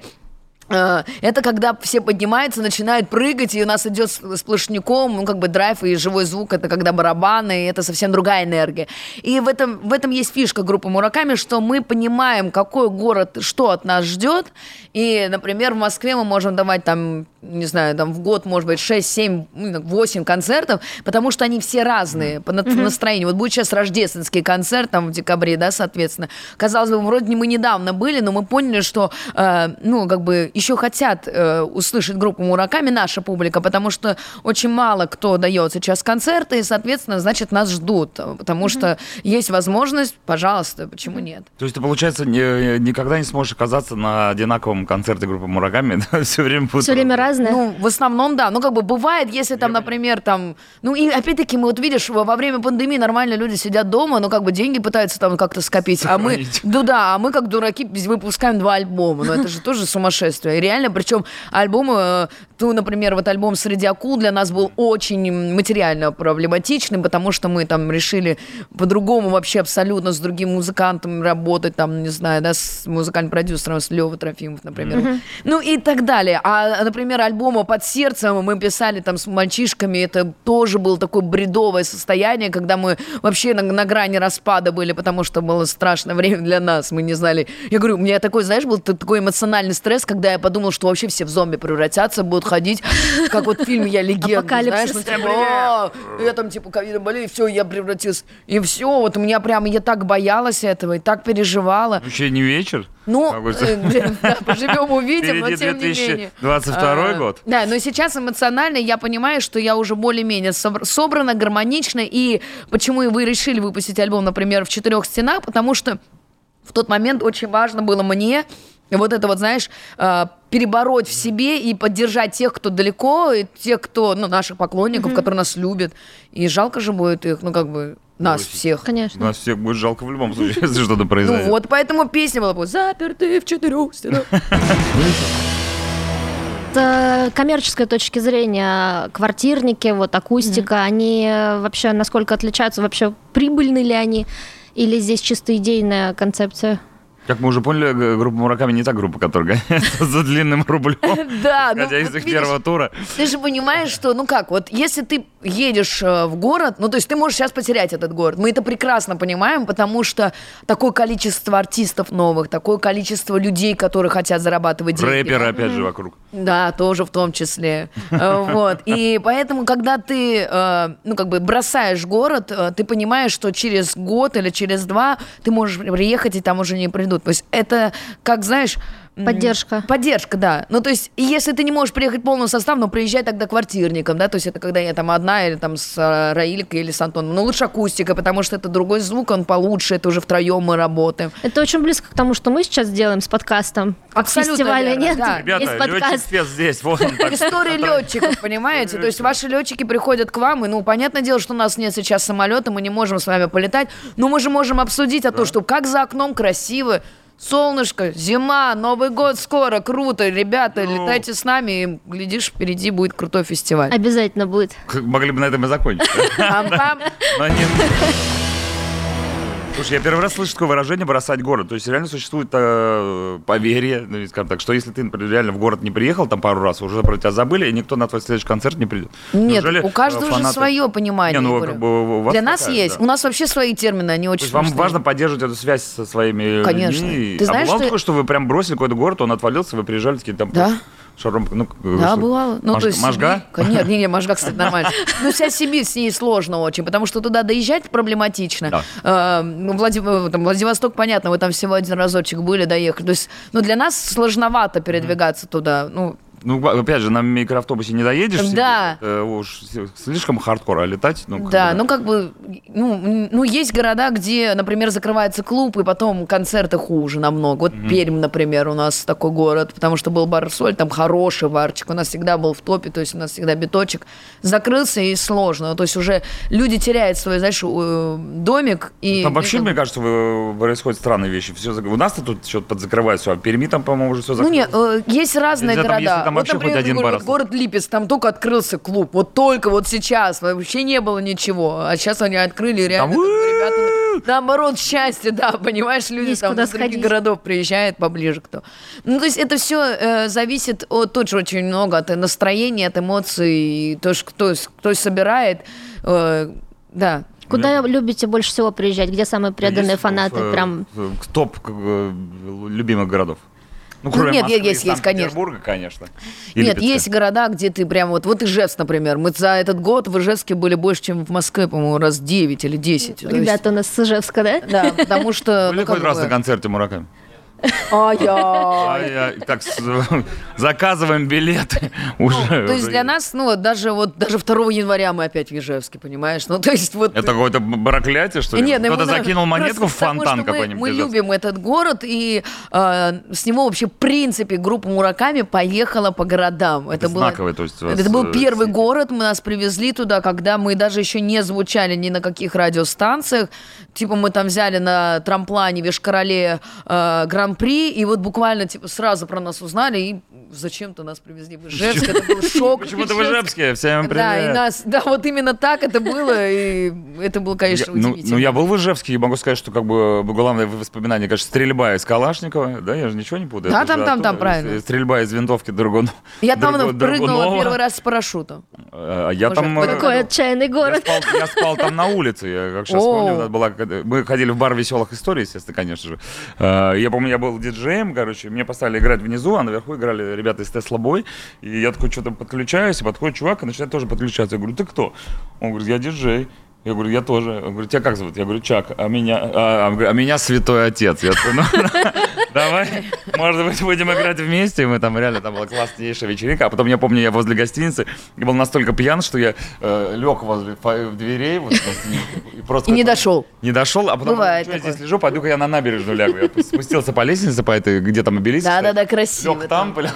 Speaker 3: а, это когда все поднимаются, начинают прыгать, и у нас идет с- сплошняком, ну, как бы драйв и живой звук, это когда барабаны, и это совсем другая энергия. И в этом, в этом есть фишка группы Мураками, что мы понимаем, какой город, что от нас ждет, и, например, в Москве мы можем давать там, не знаю, там в год, может быть, 6, 7, 8 концертов, потому что они все разные по на- настроению. Вот будет сейчас рождественский концерт, там в декабре, да, соответственно. Казалось бы, вроде мы недавно были, но мы поняли, что, э, ну, как бы еще хотят э, услышать группу Мураками наша публика, потому что очень мало кто дает сейчас концерты, и, соответственно, значит, нас ждут, потому что есть возможность, пожалуйста, почему нет?
Speaker 1: То есть ты, получается, не- никогда не сможешь оказаться на одинаковом концерте группы Мураками, все время будут
Speaker 2: Все время разное.
Speaker 3: Ну, в основном, да. Ну, как бы бывает, если там, например, там... Ну, и опять-таки, мы вот видишь, во во время пандемии нормально люди сидят дома, но как бы деньги пытаются там как-то скопить. А мы...
Speaker 1: Сохранить.
Speaker 3: Ну да, а мы как дураки без- выпускаем два альбома. Ну, это же тоже сумасшествие. И реально, причем альбомы... э, Ну, например, вот альбом «Среди акул» для нас был очень материально проблематичным, потому что мы там решили по-другому вообще абсолютно с другим музыкантом работать, там, не знаю, да, с музыкальным продюсером, с Левой Трофимов, например. Ну и так далее. А, например, альбома «Под сердцем» мы писали там с мальчишками, это тоже было такое бредовое состояние, когда мы вообще на, на грани распада были, потому что было страшное время для нас, мы не знали. Я говорю, у меня такой, знаешь, был т- такой эмоциональный стресс, когда я подумал, что вообще все в зомби превратятся, будут ходить, как вот в фильме «Я легенда», знаешь,
Speaker 2: Апокалипсис.
Speaker 3: ну, типа, «А, я там типа ковидом болею, все, я превратился. И все, вот у меня прямо, я так боялась этого, и так переживала.
Speaker 1: Вообще не вечер?
Speaker 3: Ну,
Speaker 1: Как бы-
Speaker 3: э, да, поживем, увидим, но
Speaker 1: А Впереди
Speaker 3: тем не менее.
Speaker 1: 2022
Speaker 3: А,
Speaker 1: год.
Speaker 3: Да, но сейчас эмоционально я понимаю, что я уже более-менее собр- собрана, гармонично. И почему и вы решили выпустить альбом, например, в четырех стенах, потому что в тот момент очень важно было мне вот это вот, знаешь, э, перебороть в себе и поддержать тех, кто далеко, и тех, кто, ну, наших поклонников, которые нас любят. И жалко же будет их, ну, как бы, нас
Speaker 1: Бросить.
Speaker 3: всех.
Speaker 2: Конечно.
Speaker 1: Нас всех будет жалко в любом случае, если что-то
Speaker 3: Ну
Speaker 1: произойдет.
Speaker 3: вот, поэтому песня была бы «Заперты в четырех стенах».
Speaker 2: С э, коммерческой точки зрения квартирники, вот акустика, они э, вообще насколько отличаются? Вообще прибыльны ли они? Или здесь чисто идейная концепция?
Speaker 1: Как мы уже поняли, г- группа Мураками не та группа, которая гоняется за длинным рублем.
Speaker 3: Да, ну,
Speaker 1: Хотя из
Speaker 3: вот
Speaker 1: их
Speaker 3: видишь,
Speaker 1: первого тура.
Speaker 3: Ты же понимаешь, что, ну как, вот если ты едешь э, в город, ну то есть ты можешь сейчас потерять этот город. Мы это прекрасно понимаем, потому что такое количество артистов новых, такое количество людей, которые хотят зарабатывать деньги.
Speaker 1: Рэперы опять же вокруг.
Speaker 3: Да, тоже в том числе. Э, Вот. И поэтому, когда ты, э, ну, как бы бросаешь город, э, ты понимаешь, что через год или через два ты можешь приехать, и там уже не придут. То есть это, как знаешь... м,
Speaker 2: Поддержка.
Speaker 3: Поддержка, да. Ну, то есть, и если ты не можешь приехать полным составом, ну, приезжай тогда квартирником, да, то есть это когда я там одна или там с э, Раилькой или с Антоном. Ну, лучше акустика, потому что это другой звук, он получше, это уже втроем мы работаем.
Speaker 2: Это очень близко к тому, что мы сейчас делаем с подкастом.
Speaker 3: Абсолютно
Speaker 2: Фестиваля
Speaker 3: верно,
Speaker 2: нет,
Speaker 3: да.
Speaker 1: Ребята,
Speaker 2: есть
Speaker 1: летчик
Speaker 2: подкаст.
Speaker 1: спец здесь, вот он так. А,
Speaker 3: История летчиков, понимаете? То есть ваши летчики приходят к вам, и, ну, понятное дело, что у нас нет сейчас самолета, мы не можем с вами полетать, но мы же можем обсудить о том, что как за окном красиво, солнышко, зима, Новый год скоро, круто, ребята,
Speaker 1: Ну.
Speaker 3: летайте с нами, и, глядишь, впереди будет крутой фестиваль.
Speaker 2: Обязательно будет.
Speaker 1: Могли бы на этом и закончить. да?
Speaker 3: Пам-пам.
Speaker 1: Но не- Слушай, я первый раз слышу такое выражение «бросать город». То есть реально существует э, поверье, ну, и скажем так, что если ты, например, реально в город не приехал там пару раз, уже про тебя забыли, и никто на твой следующий концерт не придет.
Speaker 3: Нет,
Speaker 1: Неужели,
Speaker 3: у каждого
Speaker 1: э,
Speaker 3: же
Speaker 1: фанаты-
Speaker 3: свое понимание.
Speaker 1: Не, ну,
Speaker 3: я говорю.
Speaker 1: как бы, у вас
Speaker 3: Для нас
Speaker 1: такая,
Speaker 3: есть.
Speaker 1: да.
Speaker 3: У нас вообще свои термины, они
Speaker 1: То
Speaker 3: очень
Speaker 1: есть вам
Speaker 3: смешные.
Speaker 1: важно поддерживать эту связь со своими
Speaker 3: Конечно.
Speaker 1: людьми.
Speaker 3: Ты
Speaker 1: а
Speaker 3: знаешь,
Speaker 1: бывало
Speaker 3: что-
Speaker 1: такое, что вы прям бросили какой-то город, он отвалился, вы приезжали такие там
Speaker 3: Да.
Speaker 1: просто шаром, ну, как-
Speaker 3: Да,
Speaker 1: что-
Speaker 3: бывало. Ну,
Speaker 1: Мож-
Speaker 3: то есть,
Speaker 1: Можга?
Speaker 3: Сибирь- Нет, не, не, Можга, кстати, нормально. Ну, вся Сибирь с ней сложно очень, потому что туда доезжать проблематично.
Speaker 1: Да.
Speaker 3: Э, ну, Владив- там, Владивосток, понятно, вы там всего один разочек были, доехали. То есть, ну, для нас сложновато передвигаться туда. Ну,
Speaker 1: Ну, опять же, на микроавтобусе не доедешь. себе.
Speaker 3: Да.
Speaker 1: Э, уж слишком хардкор, а летать, ну, как
Speaker 3: Да,
Speaker 1: бы,
Speaker 3: ну как бы, ну, м, ну есть города, где, например, закрывается клуб, и потом концерты хуже намного. Вот Пермь, например, у нас такой город, потому что был бар соль, там хороший барчик, у нас всегда был в топе, то есть у нас всегда биточек. Закрылся и сложно, то есть уже люди теряют свой, знаешь, э, домик. И,
Speaker 1: Ну, Там вообще,
Speaker 3: и как
Speaker 1: мне кажется, вы- происходят странные вещи. Все У нас-то тут что-то подзакрывают, все, а в Перми там, по-моему, уже все
Speaker 3: Ну
Speaker 1: закрыто.
Speaker 3: нет, э, есть разные
Speaker 1: Нельзя там,
Speaker 3: города.
Speaker 1: если там
Speaker 3: вот,
Speaker 1: вообще хоть
Speaker 3: например,
Speaker 1: один
Speaker 3: город,
Speaker 1: бар
Speaker 3: город Липец, там только открылся клуб. Вот только вот сейчас. Вообще не было ничего. А сейчас они открыли и реально.
Speaker 1: Там
Speaker 3: там ребята, наоборот, счастье, да, понимаешь, люди
Speaker 2: Есть
Speaker 3: там
Speaker 2: куда
Speaker 3: из других
Speaker 2: сходить.
Speaker 3: городов приезжают поближе кто. Ну, то есть это все зависит от тоже очень много от настроения, от эмоций, и то, что кто, с- кто собирает. э, да.
Speaker 2: Куда любите больше всего приезжать? Где самые преданные
Speaker 1: Есть,
Speaker 2: фанаты?
Speaker 1: э,
Speaker 2: Прям
Speaker 1: э, Топ как бы, любимых городов. Ну,
Speaker 3: Ну, нет,
Speaker 1: Москвы
Speaker 3: есть,
Speaker 1: и
Speaker 3: есть, конечно.
Speaker 1: Санкт-Петербурга, конечно. И
Speaker 3: Нет,
Speaker 1: Липецка.
Speaker 3: есть города, где ты прям вот... Вот Ижевск, например. Мы за этот год в Ижевске были больше, чем в Москве, по-моему, раз 9 или 10. То есть-
Speaker 2: ребята у нас с Ижевска, да?
Speaker 3: Да, потому что...
Speaker 1: Были
Speaker 3: ну, как
Speaker 1: хоть раз
Speaker 3: бы-
Speaker 1: на концерте Мураками?
Speaker 3: Ай-яй.
Speaker 1: Ай-яй, Так, с- заказываем билеты уже.
Speaker 3: Ну, То есть
Speaker 1: уже
Speaker 3: для
Speaker 1: есть.
Speaker 3: нас, ну, вот даже вот даже 2 января мы опять в Ижевске, понимаешь? Ну, то есть вот...
Speaker 1: Это какое-то проклятие, что ли?
Speaker 3: Нет, ну, ему
Speaker 1: Кто-то
Speaker 3: нравится.
Speaker 1: закинул монетку в
Speaker 3: Просто потому,
Speaker 1: фонтан
Speaker 3: что мы-
Speaker 1: какой-нибудь.
Speaker 3: Мы
Speaker 1: из этого.
Speaker 3: любим этот город, и э, с него вообще, в принципе, группа Мураками поехала по городам.
Speaker 1: Это
Speaker 3: было-
Speaker 1: знаковое, то есть у вас,
Speaker 3: Это был
Speaker 1: э,
Speaker 3: первый
Speaker 1: сеть.
Speaker 3: город, мы нас привезли туда, когда мы даже еще не звучали ни на каких радиостанциях. Типа мы там взяли на трамплане Вишкороле э, Гран-при, и вот буквально типа сразу про нас узнали, и зачем-то нас привезли в Ижевск, это был шок.
Speaker 1: Почему-то в Ижевске, всем привет.
Speaker 3: Да, и нас, да, вот именно так это было, и это было,
Speaker 1: Я-
Speaker 3: конечно,
Speaker 1: ну,
Speaker 3: удивительно.
Speaker 1: ну, я был в Ижевске, и могу сказать, что как бы э, главное воспоминание, конечно, стрельба из Калашникова, да, я же ничего не путаю.
Speaker 3: Да,
Speaker 1: это же
Speaker 3: там, там,
Speaker 1: оттуда,
Speaker 3: там, правильно.
Speaker 1: э, Стрельба из винтовки Драгун...
Speaker 3: Я там
Speaker 1: Драгу-
Speaker 3: прыгнула
Speaker 1: Драгунова.
Speaker 3: первый раз с парашютом.
Speaker 1: А, Я
Speaker 3: Боже,
Speaker 1: там...
Speaker 3: это
Speaker 1: э,
Speaker 3: такое
Speaker 2: Какой отчаянный
Speaker 1: Я
Speaker 2: город.
Speaker 1: спал, я спал там на улице, я как сейчас
Speaker 3: О.
Speaker 1: помню, у нас была, какая-то- мы ходили в бар веселых историй, естественно, конечно же. А, Я помню, я был диджеем, короче, мне поставили играть внизу, а наверху играли ребята из Тесла Бой, и я такой что-то подключаюсь, и подходит чувак и начинает тоже подключаться. Я говорю, ты кто? Он говорит, я диджей. Я говорю, я тоже. Он говорит, тебя как зовут? Я говорю, Чак, а меня, а, а, а меня святой отец. Я такой, «Ну, Давай, может быть, будем играть вместе. И Мы там реально, там была класснейшая вечеринка. А потом, я помню, я возле гостиницы я был настолько пьян, что я лег возле фа- дверей вот, гостиницы и просто...
Speaker 3: И не дошел.
Speaker 1: Не дошел, а потом,
Speaker 3: Бывает
Speaker 1: «Чё я
Speaker 3: такое.
Speaker 1: здесь лежу, пойду-ка я на набережную лягу. Я спустился по лестнице, по этой, где там обелиск.
Speaker 3: Да-да-да, красиво.
Speaker 1: Лег там, полежал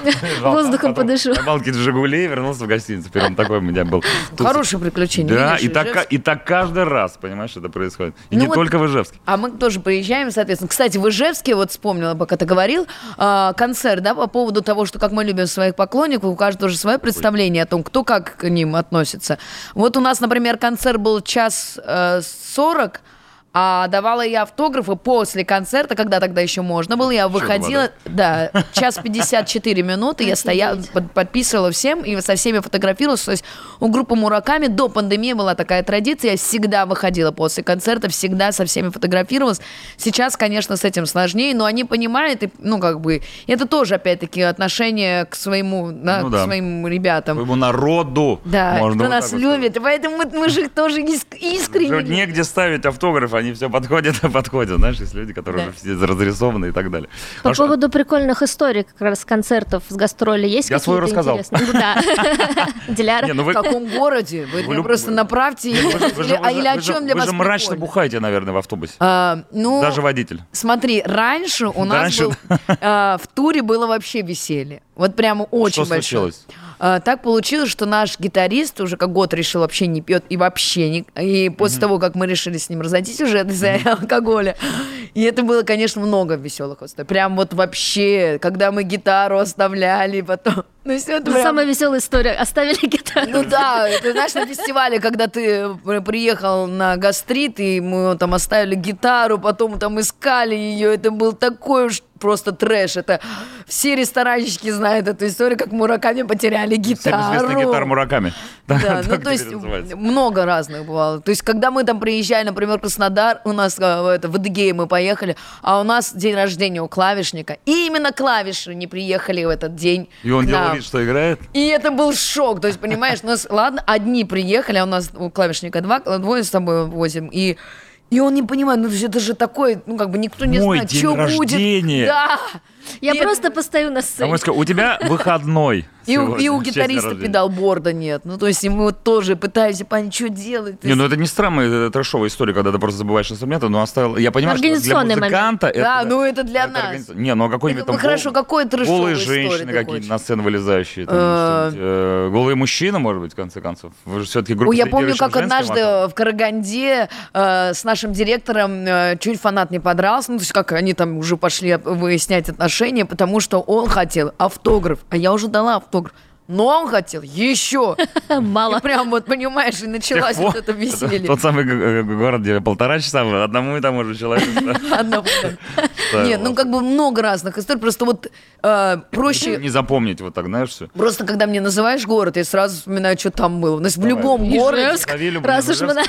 Speaker 1: там, потом
Speaker 2: Воздухом подышу.
Speaker 1: на балке Жигулей, вернулся в гостиницу. Первым такой у меня был. Тут-
Speaker 3: Хорошее приключение.
Speaker 1: Да,
Speaker 3: видишь,
Speaker 1: и так,
Speaker 3: Ижевск.
Speaker 1: ка- и так каждый раз, понимаешь, это происходит. И
Speaker 3: Ну
Speaker 1: не
Speaker 3: вот-
Speaker 1: только в Ижевске.
Speaker 3: А мы тоже приезжаем, соответственно. Кстати, в Ижевске, вот вспомнила, пока ты говорил, а, концерт, да, по поводу того, что как мы любим своих поклонников, у каждого же свое представление о том, кто как к ним относится. Вот у нас, например, концерт был час э, сорок, а давала я автографы после концерта, когда тогда еще можно было. Я выходила, да, час 54 минуты, я стояла, под- подписывала всем и со всеми фотографировалась. То есть у группы Мураками до пандемии была такая традиция, я всегда выходила после концерта, всегда со всеми фотографировалась. Сейчас, конечно, с этим сложнее, но они понимают, и, ну, как бы, это тоже, опять-таки, отношение к своему, да,
Speaker 1: Ну
Speaker 3: к
Speaker 1: да.
Speaker 3: своим ребятам.
Speaker 1: Своему народу.
Speaker 3: Да,
Speaker 1: можно
Speaker 3: кто
Speaker 1: вот
Speaker 3: нас
Speaker 1: так вот сказать.
Speaker 3: любит, поэтому мы, мы же их тоже иск- искренне
Speaker 1: Тут
Speaker 3: любим.
Speaker 1: негде ставить автографы, они все подходят и подходят. Знаешь, есть люди, которые
Speaker 3: Да.
Speaker 1: уже все разрисованы и так далее. А
Speaker 2: По
Speaker 1: Хорошо.
Speaker 2: поводу прикольных историй, как раз концертов с гастроли, есть
Speaker 1: Я свой
Speaker 2: какие-то
Speaker 1: рассказал.
Speaker 2: интересные? Ну Да.
Speaker 1: Не,
Speaker 2: Диляра.
Speaker 1: ну
Speaker 3: В
Speaker 1: вы,
Speaker 3: каком городе? Вы,
Speaker 1: Вы
Speaker 3: меня
Speaker 1: люб-
Speaker 3: просто
Speaker 1: вы-
Speaker 3: направьте.
Speaker 1: вы же- вы же-
Speaker 3: А или о
Speaker 1: вы же-
Speaker 3: чем для
Speaker 1: вы
Speaker 3: вас
Speaker 1: же мрачно
Speaker 3: прикольно?
Speaker 1: бухаете, наверное, в автобусе.
Speaker 3: А, ну,
Speaker 1: Даже водитель.
Speaker 3: смотри, раньше у
Speaker 1: Да,
Speaker 3: нас
Speaker 1: раньше-
Speaker 3: был, а, в туре было вообще веселье. Вот прямо очень
Speaker 1: Что
Speaker 3: большое.
Speaker 1: случилось?
Speaker 3: А, так получилось, что наш гитарист уже как год решил вообще не пьет и вообще не... И после того, как мы решили с ним разойтись уже из-за алкоголя, и это было, конечно, много веселых историй. Прям вот вообще, когда мы гитару оставляли, потом... Ну, все это
Speaker 2: Ну,
Speaker 3: прям-
Speaker 2: Самая веселая история. Оставили гитару.
Speaker 3: ну да, ты знаешь, на фестивале, когда ты при- приехал на гастрит, и мы там оставили гитару, потом там искали ее, это был такой уж просто трэш. Это все ресторанщики знают эту историю, как мураками потеряли
Speaker 1: Ну, Всем
Speaker 3: гитару.
Speaker 1: известный гитар Мураками.
Speaker 3: Да, ну
Speaker 1: так
Speaker 3: то есть
Speaker 1: теперь называется.
Speaker 3: много разных бывало. То есть, когда мы там приезжали, например, в Краснодар, у нас э, в это, в Адыгее мы поехали, а у нас день рождения у клавишника. И именно клавиши не приехали в этот день.
Speaker 1: И он
Speaker 3: к
Speaker 1: делал
Speaker 3: нам.
Speaker 1: вид, что играет.
Speaker 3: И это был шок. То есть, понимаешь, у нас, ладно, одни приехали, а у нас у клавишника два, двое с тобой возим. И, и он не понимает, ну это же такое, ну как бы никто не
Speaker 1: Мой
Speaker 3: знает,
Speaker 1: день
Speaker 3: что будет.
Speaker 1: рождения.
Speaker 3: Да.
Speaker 2: Я
Speaker 3: Нет.
Speaker 2: просто постою на
Speaker 1: А мы
Speaker 2: сцене.
Speaker 1: сказали, у тебя выходной.
Speaker 3: И у, и
Speaker 1: сегодня,
Speaker 3: у
Speaker 1: в честь дня
Speaker 3: гитариста
Speaker 1: рождения».
Speaker 3: педалборда нет. Ну, то есть и мы вот тоже пытаемся понять, что делать.
Speaker 1: Не, ну это не странная это трэшовая история, когда ты просто забываешь инструменты, но оставил. Я понимаю, что для
Speaker 2: Организационный момент.
Speaker 1: музыканта это.
Speaker 3: да, ну это для
Speaker 1: это
Speaker 3: нас.
Speaker 1: организа- Не, ну а какой-нибудь
Speaker 3: Это,
Speaker 1: там.
Speaker 3: ну, хорошо,
Speaker 1: гол-
Speaker 3: какой трешовый
Speaker 1: Голые женщины какие-то на сцену вылезающие. там,
Speaker 3: Э.
Speaker 1: что-нибудь, э, Голые мужчины, может быть, в конце концов. Вы же все-таки группа
Speaker 3: Ой, я
Speaker 1: среди
Speaker 3: помню,
Speaker 1: девушек
Speaker 3: как
Speaker 1: женского
Speaker 3: однажды
Speaker 1: отдела.
Speaker 3: в Караганде э, с нашим директором э, чуть фанат не подрался. Ну, то есть как они там уже пошли выяснять отношения, потому что он хотел автограф, а я уже дала автограф. Но он хотел еще. И
Speaker 2: Мало.
Speaker 3: прям вот, понимаешь, и
Speaker 1: С тех
Speaker 3: началась
Speaker 1: пор-
Speaker 3: вот это веселье.
Speaker 1: Тот самый г- г- город, где полтора часа было, одному и тому же человеку.
Speaker 3: Одного.
Speaker 1: ставил.
Speaker 3: Нет, ну как бы много разных историй. Просто вот э, проще...
Speaker 1: Ну, Не запомнить вот так, знаешь, все.
Speaker 3: Просто когда мне называешь город, я сразу вспоминаю, что там было. Ну, То есть в
Speaker 1: Давай.
Speaker 3: любом
Speaker 2: Ижевск.
Speaker 3: городе,
Speaker 2: раз уж мы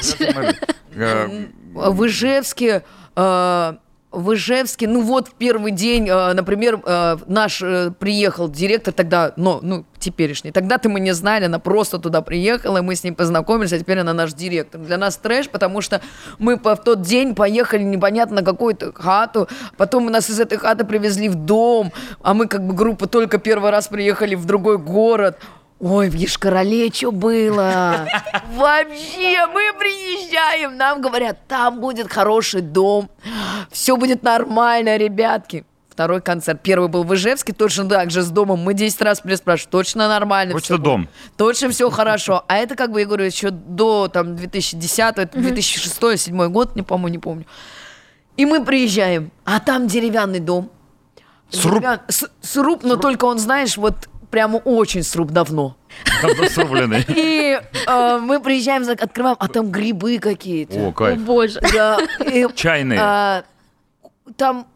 Speaker 1: Э,
Speaker 3: в Ижевске, э, в Ижевске, ну вот в первый день, э, например, э, наш э, приехал директор тогда, но, ну, теперешний, тогда-то мы не знали, она просто туда приехала, и мы с ней познакомились, а теперь она наш директор. Для нас трэш, потому что мы по- в тот день поехали непонятно на какую-то хату, потом нас из этой хаты привезли в дом, а мы как бы группа только первый раз приехали в другой город. Ой, в Ешкарале что было? Вообще, мы приезжаем, нам говорят, там будет хороший дом, все будет нормально, ребятки. Второй концерт. Первый был в Ижевске, точно так же с домом. Мы 10 раз переспрашивали, точно нормально.
Speaker 1: Хоть
Speaker 3: всё
Speaker 1: что дом.
Speaker 3: будет, Точно все хорошо. А это, как бы, я говорю, еще до там 2010, это 2006-2007 год, не помню, не помню. И мы приезжаем, а там деревянный дом.
Speaker 1: Сруб.
Speaker 3: Деревян- с- сруб, но только он, знаешь, вот прямо очень сруб давно.
Speaker 1: Давно срубленный.
Speaker 3: И э, мы приезжаем, зак- открываем, а там грибы какие-то.
Speaker 1: О, кайф.
Speaker 2: боже.
Speaker 3: Да, и,
Speaker 1: Чайные.
Speaker 3: а, там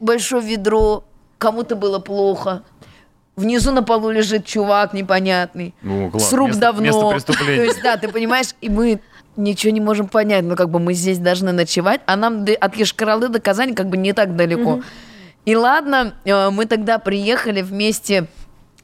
Speaker 3: большое ведро, кому-то было плохо. Внизу на полу лежит чувак непонятный.
Speaker 1: О, класс. Ну,
Speaker 3: Сруб
Speaker 1: Место-
Speaker 3: давно.
Speaker 1: Место
Speaker 3: То
Speaker 1: преступления.
Speaker 3: есть, да, ты понимаешь, и мы ничего не можем понять. Ну, как бы мы здесь должны ночевать, а нам до- от Ешкаралы до Казани как бы не так далеко. И ладно, э, мы тогда приехали вместе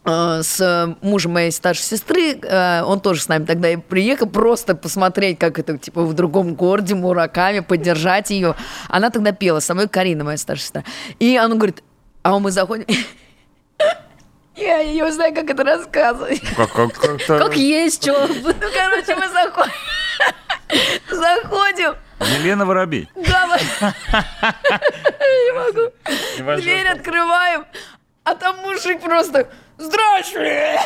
Speaker 3: э, с мужем моей старшей сестры, э, он тоже с нами тогда и приехал, просто посмотреть, как это, типа, в другом городе, мураками, поддержать ее. Она тогда пела, со мной Карина, моя старшая сестра. И она говорит, а мы заходим... Я не знаю, как это рассказывать.
Speaker 1: Как- как- как-то-
Speaker 2: Как есть, что?
Speaker 3: Ну, короче, мы заходим. Заходим.
Speaker 1: Елена Воробей.
Speaker 3: Да, мы-
Speaker 1: Неважно,
Speaker 3: дверь
Speaker 1: что.
Speaker 3: открываем. А там мужик просто... Здравствуйте!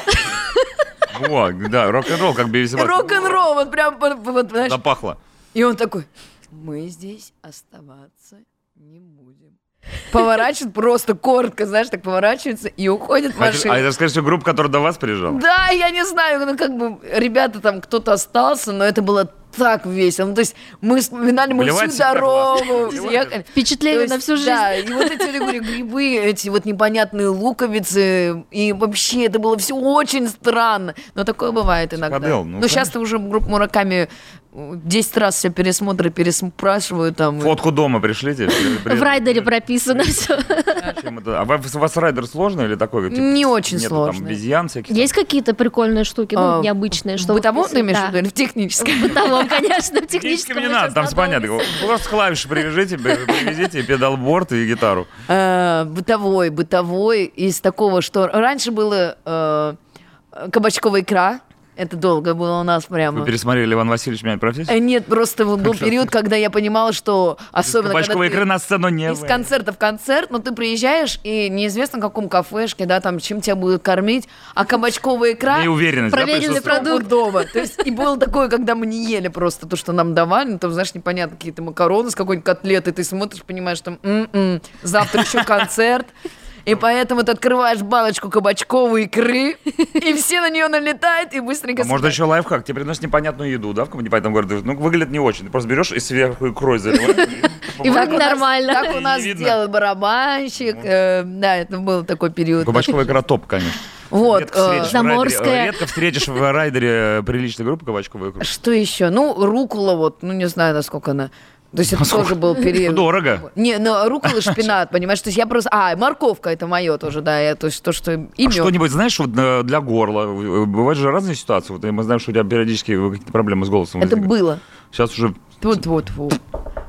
Speaker 1: Во, да, рок-н-ролл, как
Speaker 3: И
Speaker 1: BBC.
Speaker 3: Рок-н-ролл, вот прям, вот, вот, знаешь.
Speaker 1: Запахло.
Speaker 3: И он такой, мы здесь оставаться не будем. Поворачивает просто коротко, знаешь, так поворачивается и уходит
Speaker 1: А это,
Speaker 3: машина.
Speaker 1: а это, скорее всего, группа, которая до вас приезжала?
Speaker 3: Да, я не знаю, ну как бы ребята там кто-то остался, но это было так весело. Ну, то есть мы вспоминали, мы
Speaker 1: Блевать
Speaker 3: всю
Speaker 1: всегда
Speaker 3: дорогу
Speaker 1: классно.
Speaker 3: ехали.
Speaker 2: Впечатление
Speaker 3: То
Speaker 2: на
Speaker 3: есть,
Speaker 2: всю жизнь.
Speaker 3: Да, и вот эти, я говорю, грибы, эти вот непонятные луковицы, и вообще это было все очень странно. Но такое бывает иногда.
Speaker 1: Шкадел, ну,
Speaker 3: но сейчас ты уже группу Мураками э, 10 раз все пересмотры переспрашиваю там.
Speaker 1: Фотку дома пришлите.
Speaker 2: В райдере прописано все.
Speaker 1: А у вас- у вас райдер сложный или такой? типа,
Speaker 3: Не очень
Speaker 1: нету Там
Speaker 3: сложный.
Speaker 1: обезьян всяких.
Speaker 2: Есть какие-то прикольные штуки, ну,
Speaker 3: А,
Speaker 2: необычные, что
Speaker 3: в бытовом ты имеешь в виду
Speaker 2: Да.
Speaker 3: или в техническом?
Speaker 2: В бытовом, конечно, в техническом.
Speaker 1: Техническим не
Speaker 2: мы
Speaker 1: надо,
Speaker 2: щас
Speaker 1: там все
Speaker 2: надолго.
Speaker 1: понятно. Просто клавиши привяжите, при- привезите, и педалборд и гитару.
Speaker 3: Э, бытовой, бытовой из такого, что раньше было э, кабачковая икра, это долго было у нас
Speaker 1: Вы
Speaker 3: прямо.
Speaker 1: пересмотрели Иван Васильевич меня профессию?
Speaker 3: Э, Нет, просто вот был период, когда я понимала, что особенно когда
Speaker 1: Кабачковой
Speaker 3: ты
Speaker 1: икры на сцену не
Speaker 3: из
Speaker 1: вы.
Speaker 3: концерта в концерт, но ты приезжаешь и неизвестно в каком кафешке, да, там чем тебя будут кормить, а кабачковая икра
Speaker 1: Неуверенность. да,
Speaker 2: Проверенный
Speaker 1: присутствует?
Speaker 2: продукт.
Speaker 3: продукт дома. То есть и было такое, когда мы не ели просто то, что нам давали, ну там, знаешь, непонятно, какие-то макароны с какой-нибудь котлетой, ты смотришь, понимаешь, что «М-м, завтра еще концерт. И поэтому ты открываешь баночку кабачковой икры, и все на нее налетают, и быстренько...
Speaker 1: А можно еще лайфхак. Тебе приносят непонятную еду, да, в каком-то непонятном городе. Ну, выглядит не очень. Ты просто берешь и сверху икрой заливаешь.
Speaker 2: И
Speaker 3: Так
Speaker 2: вот
Speaker 3: у нас-
Speaker 2: нормально.
Speaker 3: Так у
Speaker 1: Не
Speaker 3: нас
Speaker 1: видно. Ну.
Speaker 3: делал барабанщик. э, да, это был такой период.
Speaker 1: Кабачковый икра топ, конечно.
Speaker 3: Вот. э,
Speaker 1: Редко встретишь в райдере-
Speaker 2: Заморская.
Speaker 1: Редко встретишь в райдере приличной группы кабачковую икру.
Speaker 3: э, Что еще? Ну, рукола вот, ну не знаю, насколько она... То есть это тоже был период.
Speaker 1: Дорого.
Speaker 3: Не, ну рукола и шпинат, понимаешь? То есть я просто... А, морковка это мое тоже, да. Я, то есть то, что
Speaker 1: А
Speaker 3: имя.
Speaker 1: что-нибудь, знаешь, вот э, для горла? э, Бывают же разные ситуации. Вот мы знаем, что у тебя периодически какие-то проблемы с голосом.
Speaker 3: Это
Speaker 1: возникают.
Speaker 3: было.
Speaker 1: Сейчас уже
Speaker 3: Вот, вот, вот.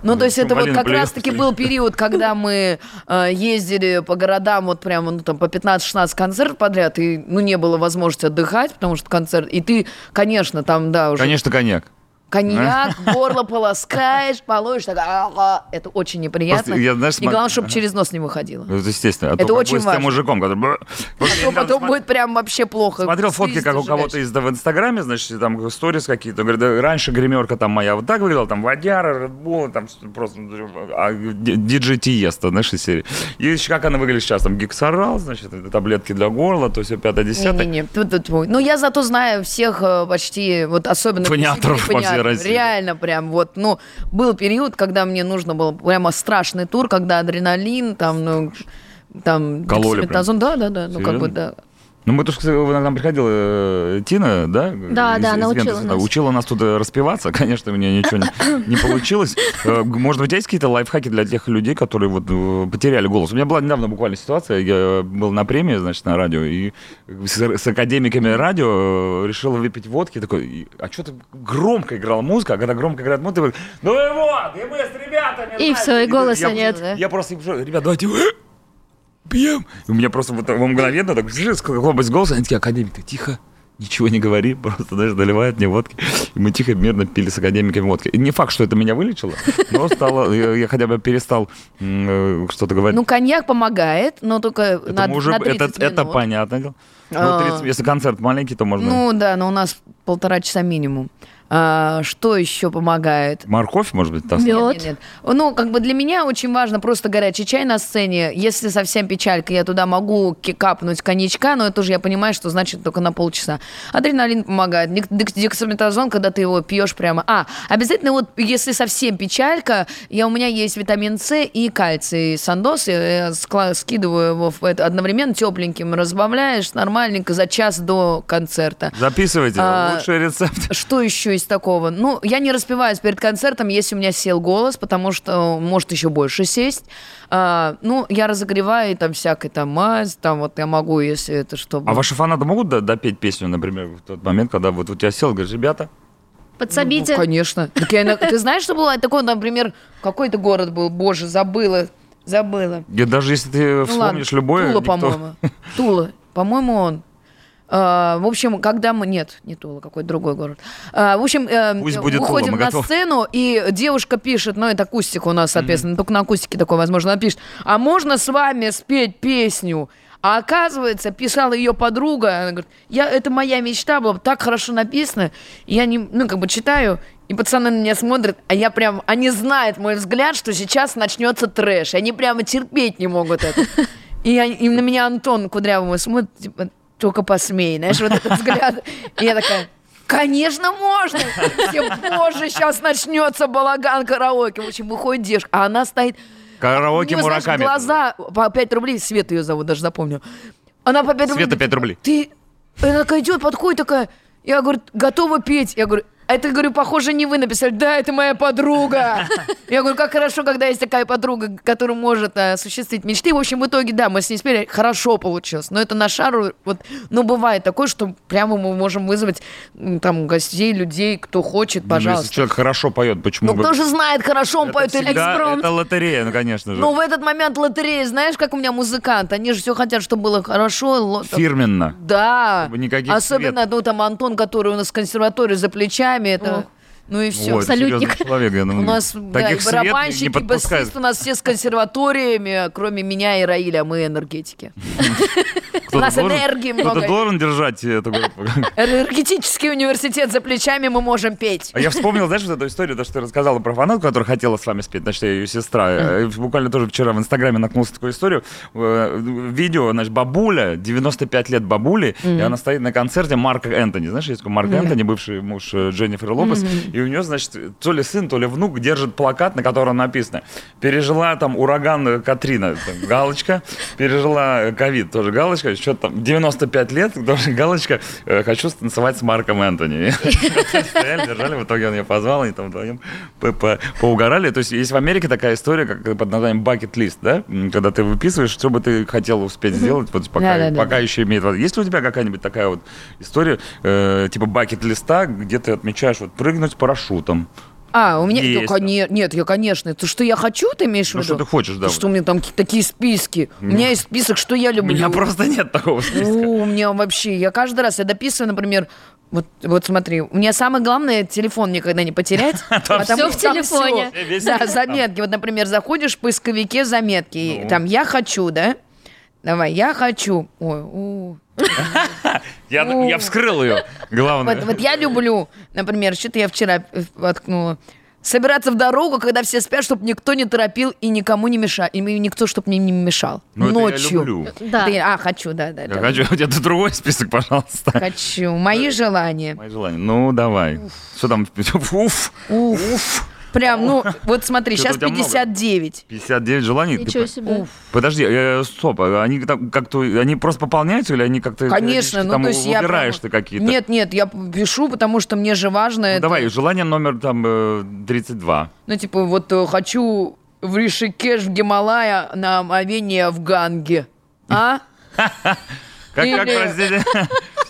Speaker 3: Ну, то есть это вот
Speaker 1: Малина
Speaker 3: как
Speaker 1: плюет.
Speaker 3: раз-таки был период, когда мы э, ездили по городам вот прямо, ну, там, по 15-16 концертов подряд, и, ну, не было возможности отдыхать, потому что концерт... И ты, конечно, там, да, уже
Speaker 1: Конечно, коньяк.
Speaker 3: коньяк, горло полоскаешь, полоешь, так... а-а-а. Это очень неприятно.
Speaker 1: Просто я, знаешь,
Speaker 3: И
Speaker 1: смог-
Speaker 3: главное, чтобы через нос не выходило.
Speaker 1: Ну, Это естественно. А то
Speaker 3: Это
Speaker 1: как
Speaker 3: очень
Speaker 1: будет с тем
Speaker 3: важно. А
Speaker 1: мужиком, который... «Бр». Вот я
Speaker 3: То
Speaker 1: недавно
Speaker 3: потом
Speaker 1: смотрел-
Speaker 3: будет прям вообще плохо.
Speaker 1: Смотрел фотки,
Speaker 3: Слизь
Speaker 1: как у
Speaker 3: зажигаешь.
Speaker 1: кого-то из в Инстаграме, значит, там сторис какие-то. Говорит, «Да раньше гримерка там моя вот так выглядела, там водяра, Red Bull, там с- просто а, ди- диджей Тиеста, знаешь, из серии. И еще как она выглядит сейчас, там гексорал, значит, это таблетки для горла, то все пятое-десятое.
Speaker 3: Не-не-не, тьфу, тьфу, тьфу. Ну, я зато знаю всех э, почти, вот особенно...
Speaker 1: Паниатров
Speaker 3: посетителей
Speaker 1: по всей
Speaker 3: паниатров.
Speaker 1: России.
Speaker 3: Реально прям вот, ну, был период, когда мне нужно было прямо страшный тур, когда адреналин, там, ну, там...
Speaker 1: Кололи прям?
Speaker 3: дексаметазон. Да, да, да, ну, как
Speaker 1: Серьезно?
Speaker 3: бы, да.
Speaker 1: Ну, мы тоже, кстати, вы- нам приходила э, Тина, да?
Speaker 2: Да, да, она
Speaker 1: Вентуса,
Speaker 2: учила
Speaker 1: да,
Speaker 2: нас.
Speaker 1: Учила нас тут э, распеваться. Конечно, у меня ничего не, не получилось. Э, Может быть, у тебя есть какие-то лайфхаки для тех людей, которые вот э, потеряли голос? У меня была недавно буквально ситуация. Я э, был на премии, значит, на радио, и с, с академиками радио э, решил выпить водки. Такой, и- а что ты громко играл музыка? А когда громко играет музыка, ты говоришь, ну и вот, и мы с ребятами.
Speaker 2: И
Speaker 1: знаете,
Speaker 2: всё, и голоса
Speaker 1: я-
Speaker 2: нет.
Speaker 1: Я просто им говорю, ребят, давайте пьем. И у меня просто вот во мгновенно так хлопать голос, они такие, академик, ты тихо, ничего не говори, просто даже доливают мне водки. И мы тихо, мирно пили с академиками водки. И не факт, что это меня вылечило, но стало, я, я хотя бы перестал м, э, что-то говорить.
Speaker 3: Ну, коньяк помогает, но только
Speaker 1: это,
Speaker 3: на,
Speaker 1: мы уже-
Speaker 3: на
Speaker 1: это,
Speaker 3: 30
Speaker 1: это
Speaker 3: минут.
Speaker 1: понятно. дело. Ну,
Speaker 3: А.
Speaker 1: 30 если концерт маленький, то можно...
Speaker 3: Ну, да, но у нас полтора часа минимум. А, что еще помогает?
Speaker 1: Морковь, может быть, там.
Speaker 2: Мёд.
Speaker 3: Нет, нет, нет. Ну, как бы для меня очень важно просто горячий чай на сцене. Если совсем печалька, я туда могу ки- капнуть коньячка, но это уже я понимаю, что значит только на полчаса. Адреналин помогает. Дик- дик- Дексаметазон, когда ты его пьешь прямо. А, обязательно вот, если совсем печалька, я, у меня есть витамин С и кальций. Сандос, я, я скла- скидываю его в это одновременно тепленьким, разбавляешь нормальненько за час до концерта.
Speaker 1: Записывайте,
Speaker 3: А.
Speaker 1: лучший рецепт.
Speaker 3: Что еще из такого? Ну, я не распеваюсь перед концертом, если у меня сел голос, потому что э, может еще больше сесть. А, ну, я разогреваю и там всякой там мазь, там вот я могу, если это чтобы...
Speaker 1: А ваши фанаты могут до- допеть песню, например, в тот момент, когда вот у тебя сел, говоришь, ребята,
Speaker 3: Ну,
Speaker 2: Подсобите.
Speaker 3: конечно. Так я иногда- Ты знаешь, что было такое, например, какой-то город был, боже, забыла, забыла.
Speaker 1: и даже если ты
Speaker 3: Ну ладно,
Speaker 1: вспомнишь любое,
Speaker 3: Тула,
Speaker 1: никто-
Speaker 3: по-моему. Тула. По-моему, он. А, в общем, когда мы... Нет, не Тула, какой-то другой город. А, в общем, э,
Speaker 1: Пусть будет Тула,
Speaker 3: выходим
Speaker 1: мы
Speaker 3: на
Speaker 1: готовы.
Speaker 3: сцену, и девушка пишет, ну, это акустика у нас, соответственно, только на акустике такое возможно, она пишет, а можно с вами спеть песню? А оказывается, писала ее подруга, она говорит, я, это моя мечта была, так хорошо написано, И я не, ну, как бы читаю, и пацаны на меня смотрят, а я прям, они знают мой взгляд, что сейчас начнется трэш, и они прямо терпеть не могут это. И, они- и на меня Антон Кудрявому смотрит, типа, только посмей, знаешь, вот этот взгляд. И я такая, конечно, можно. Все, боже, сейчас начнется балаган караоке. В общем, выходит девушка, а она стоит...
Speaker 1: Караоке
Speaker 3: У неё, знаешь,
Speaker 1: мураками.
Speaker 3: глаза по 5 рублей, Света ее зовут, даже запомню. Она по 5 рублей.
Speaker 1: Света 5 рублей.
Speaker 3: Ты... Она такая идет, подходит такая. Я говорю, готова петь. Я говорю, а это, говорю, похоже, не вы написали. Да, это моя подруга. Я говорю, как хорошо, когда есть такая подруга, которая может э, осуществить мечты. В общем, в итоге, да, мы с ней спели. Хорошо получилось. Но это на шару, вот, ну, бывает такое, что прямо мы можем вызвать м, там гостей, людей, кто хочет,
Speaker 1: Ну, Если
Speaker 3: пожалуйста.
Speaker 1: человек хорошо поет, почему
Speaker 3: Ну,
Speaker 1: бы...
Speaker 3: кто же знает, хорошо он
Speaker 1: Это
Speaker 3: поет или
Speaker 1: всегда-
Speaker 3: экспромт.
Speaker 1: Это лотерея, ну, конечно же.
Speaker 3: Ну, в этот момент лотерея, знаешь, как у меня музыкант, они же все хотят, чтобы было хорошо. ло- там-
Speaker 1: Фирменно.
Speaker 3: Да.
Speaker 1: Чтобы никаких
Speaker 3: Особенно, ну, там Антон, который у нас в консерватории за плечами, это...
Speaker 2: Ох.
Speaker 3: Ну и все.
Speaker 1: Ой, это
Speaker 2: абсолютник.
Speaker 1: серьезный человек, я
Speaker 3: У
Speaker 1: думаю.
Speaker 3: нас да, и
Speaker 1: Таких свет
Speaker 3: барабанщики,
Speaker 1: не
Speaker 3: и
Speaker 1: подпускают.
Speaker 3: басист у нас все с консерваториями, кроме меня и Раиля, мы энергетики.
Speaker 1: Кто-то
Speaker 3: нас
Speaker 1: должен-
Speaker 3: энергии много.
Speaker 1: Кто-то должен держать э, эту группу.
Speaker 3: Энергетический университет за плечами мы можем петь.
Speaker 1: А я вспомнил, знаешь, вот эту историю, то, что ты рассказала про фанатку, которая хотела с вами спеть, значит, ее сестра. Э, Буквально тоже вчера в Инстаграме наткнулся на такую историю. Э, Видео, значит, бабуля, 95 лет бабули, и она стоит на концерте Марка Энтони. Знаешь, есть такой Марк Энтони, бывший муж э, Дженнифер Лопес, и у нее, значит, то ли сын, то ли внук держит плакат, на котором написано «Пережила там ураган э, Катрина», там, галочка, «Пережила э, ковид», тоже галочка, что-то там, 95 лет, тоже галочка, э, «Хочу танцевать с Марком Энтони». Стояли, держали, в итоге он ее позвал, они там вдвоем по- по- поугорали. То есть есть в Америке такая история, как под названием bucket list, да? М, Когда ты выписываешь, что бы ты хотел успеть сделать, вот пока,
Speaker 3: Да-да-да.
Speaker 1: пока еще имеет возможность. Есть ли у тебя какая-нибудь такая вот история, э, типа bucket листа, где ты отмечаешь, вот прыгнуть с парашютом,
Speaker 3: А, у меня...
Speaker 1: Есть.
Speaker 3: Да, коне- Нет, я, конечно. То, что я хочу, ты имеешь в
Speaker 1: Ну,
Speaker 3: виду?
Speaker 1: что ты хочешь, да.
Speaker 3: Ты что у меня там какие- такие списки? У меня есть список, что я
Speaker 1: У
Speaker 3: люблю.
Speaker 1: меня просто нет такого списка.
Speaker 3: У, у меня вообще, я каждый раз, я дописываю, например, вот, вот смотри, у меня самое главное телефон никогда не потерять. потому
Speaker 2: всё в
Speaker 3: что там
Speaker 2: телефоне.
Speaker 3: всё.
Speaker 1: Весь
Speaker 3: Да,
Speaker 1: телефон.
Speaker 3: заметки. Вот, например, заходишь в поисковике заметки, и
Speaker 1: Ну.
Speaker 3: там «я хочу», да? Давай, «я хочу». Ой, у.
Speaker 1: Я, ну, я вскрыл ее,
Speaker 3: Вот,
Speaker 1: главное.
Speaker 3: Ну. вот я люблю, например, что-то я вчера э, воткнула. Собираться в дорогу, когда все спят, чтобы никто не торопил и никому не мешал. И мне никто, чтобы мне не мешал.
Speaker 1: Ну, это я
Speaker 3: Ночью.
Speaker 1: люблю.
Speaker 2: Да.
Speaker 3: Это я- а, хочу, да, да.
Speaker 1: Я
Speaker 3: да.
Speaker 1: хочу, у тебя тут другой список, пожалуйста.
Speaker 3: Хочу. Мои желания.
Speaker 1: Мои желания. Ну, давай. Что там? Уф.
Speaker 3: Уф. Прям, ну, вот смотри,
Speaker 1: Чё-то
Speaker 3: сейчас
Speaker 1: у тебя много.
Speaker 3: 59.
Speaker 1: 59 желаний. Ты
Speaker 2: Ничего
Speaker 1: по-
Speaker 2: себе.
Speaker 1: Подожди, э, стоп, а они там как-то, они просто пополняются или они как-то...
Speaker 3: Конечно,
Speaker 1: периодически
Speaker 3: ну
Speaker 1: там
Speaker 3: то есть я...
Speaker 1: выбираешь
Speaker 3: прям-
Speaker 1: ты какие-то?
Speaker 3: Нет, нет, я пишу, потому что мне же важно
Speaker 1: Ну,
Speaker 3: это.
Speaker 1: давай, желание номер там э, 32.
Speaker 3: Ну, типа, вот э, хочу в Ришикеш, в Гималая, на омовение в Ганге. А?
Speaker 1: Как, как,
Speaker 3: Или-
Speaker 1: простите?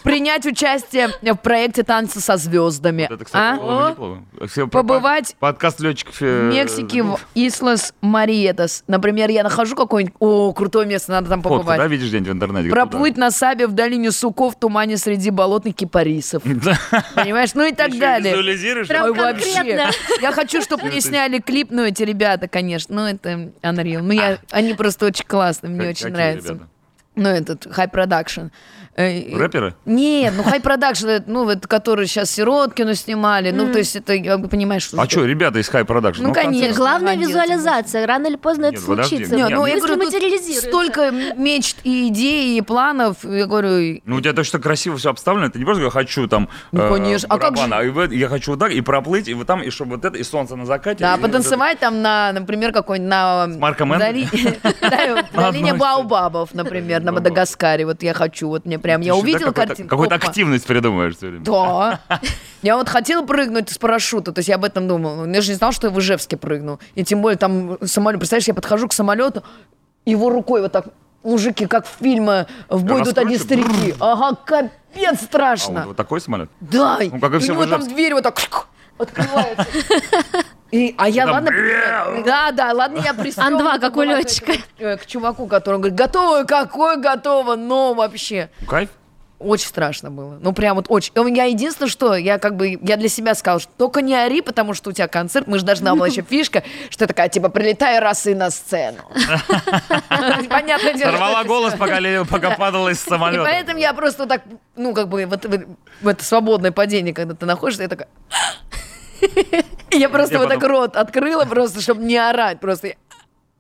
Speaker 3: Принять участие в проекте «Танцы со звездами».
Speaker 1: Это, кстати,
Speaker 3: а?
Speaker 1: было бы неплохо. Все про-
Speaker 3: Побывать
Speaker 1: Подкаст летчиков. э,
Speaker 3: в Мексике, в Ислас Мариетас. Например, я нахожу какое-нибудь... О, крутое место, надо там
Speaker 1: Фотку, да,
Speaker 3: побывать.
Speaker 1: видишь где-нибудь в интернете?
Speaker 3: Проплыть на сабе в долине суков, в тумане среди болотных кипарисов.
Speaker 1: Да.
Speaker 3: Понимаешь? Ну и так далее.
Speaker 2: Прям
Speaker 3: Ой,
Speaker 2: конкретно.
Speaker 3: вообще. Я хочу, чтобы мне сняли клип, ну эти ребята, конечно, ну это Unreal. Ну я, они просто очень классные, мне очень нравятся. Ну этот High Production. Э,
Speaker 1: Рэперы?
Speaker 3: Нет, ну High Production, это, ну вот, который сейчас Сироткину снимали, ну то есть это, я бы понимаю, что...
Speaker 1: А что, ребята из High Production?
Speaker 3: Ну,
Speaker 1: в конце
Speaker 3: конечно.
Speaker 1: концов.
Speaker 2: Главное
Speaker 3: Молодец,
Speaker 2: визуализация. Рано или поздно это
Speaker 1: Нет, подожди,
Speaker 2: случится.
Speaker 1: нет,
Speaker 3: Не, ну, я
Speaker 2: Мысли
Speaker 3: говорю, тут
Speaker 2: материализируются.
Speaker 3: Столько мечт и идей, и планов, я говорю,
Speaker 1: Ну, у тебя точно красиво все обставлено. Ты не просто я хочу там
Speaker 3: Ну, конечно. А как
Speaker 1: барабан, а и вот я хочу вот так, и проплыть, и вот там, и чтобы вот это, и солнце на закате.
Speaker 3: да,
Speaker 1: и вот
Speaker 3: потанцевать там на, например, какой-нибудь на...
Speaker 1: Марком Энтони?
Speaker 3: дали- да, в долине
Speaker 1: одной
Speaker 3: Баобабов, например, на
Speaker 1: Баобаб.
Speaker 3: Мадагаскаре. Вот я хочу, вот мне прям,
Speaker 1: это.
Speaker 3: я
Speaker 1: Ты всегда
Speaker 3: увидела
Speaker 1: какой-то-
Speaker 3: картинку.
Speaker 1: Какую-то
Speaker 3: опа.
Speaker 1: активность придумываешь все время. А
Speaker 3: Да. Я вот хотела прыгнуть с парашюта, то есть я об этом думала. Но Я же не знала, что я в Ижевске прыгну. И тем более там самолет. Представляешь, я подхожу к самолету, его рукой вот так, мужики, как в фильме «В бой идут одни
Speaker 1: Раскручивают.
Speaker 3: старики». Ага, капец
Speaker 1: А
Speaker 3: страшно.
Speaker 1: вот, вот такой самолет?
Speaker 3: Да.
Speaker 1: Ну, как и все
Speaker 3: у него
Speaker 1: в
Speaker 3: там
Speaker 1: Ижевске.
Speaker 3: дверь вот так открывается. И, а я,
Speaker 1: Там,
Speaker 3: ладно,
Speaker 1: «Мяу».
Speaker 3: да, да, ладно, я пристала.
Speaker 2: Ан-два, как у летчика.
Speaker 3: э, К, к чуваку, который говорит, готово, какое готово, но вообще.
Speaker 1: Ну, Кайф?
Speaker 3: Очень страшно было. Ну, прям вот очень. Ну, Я единственное, что я как бы, я для себя сказала, что только не ори, потому что у тебя концерт, мы же должна была еще фишка, что я такая, типа, прилетаю раз и на сцену. Понятно дело.
Speaker 1: Сорвала
Speaker 3: что-
Speaker 1: голос, пока, ле- пока падала из
Speaker 3: И
Speaker 1: самолета.
Speaker 3: поэтому я просто так, ну, как бы, вот, вот в это свободное падение, когда ты находишься, я такая... И Я просто
Speaker 1: Я
Speaker 3: вот так
Speaker 1: потом-
Speaker 3: рот открыла, просто, чтобы не орать, просто...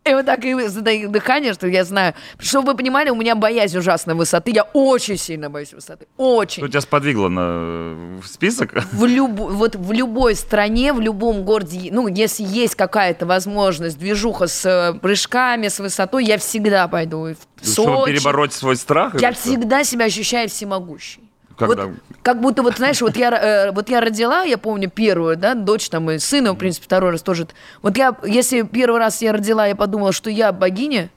Speaker 3: И вот так и задаю дыхание, что я знаю. Чтобы вы понимали, у меня боязнь ужасной высоты. Я очень сильно боюсь высоты. Очень.
Speaker 1: Что тебя сподвигло на в список?
Speaker 3: в, люб- вот в любой стране, в любом городе, ну, если есть какая-то возможность, движуха с э, прыжками, с высотой, я всегда пойду. И В
Speaker 1: Чтобы
Speaker 3: Сочи.
Speaker 1: перебороть свой страх? или
Speaker 3: Я
Speaker 1: что?
Speaker 3: всегда себя ощущаю всемогущей.
Speaker 1: Когда?
Speaker 3: Вот, как будто, вот знаешь, вот я, э, вот я родила, я помню, первую, да, дочь там и сына, в принципе, второй раз тоже. Вот я, если первый раз я родила, я подумала, что я богиня,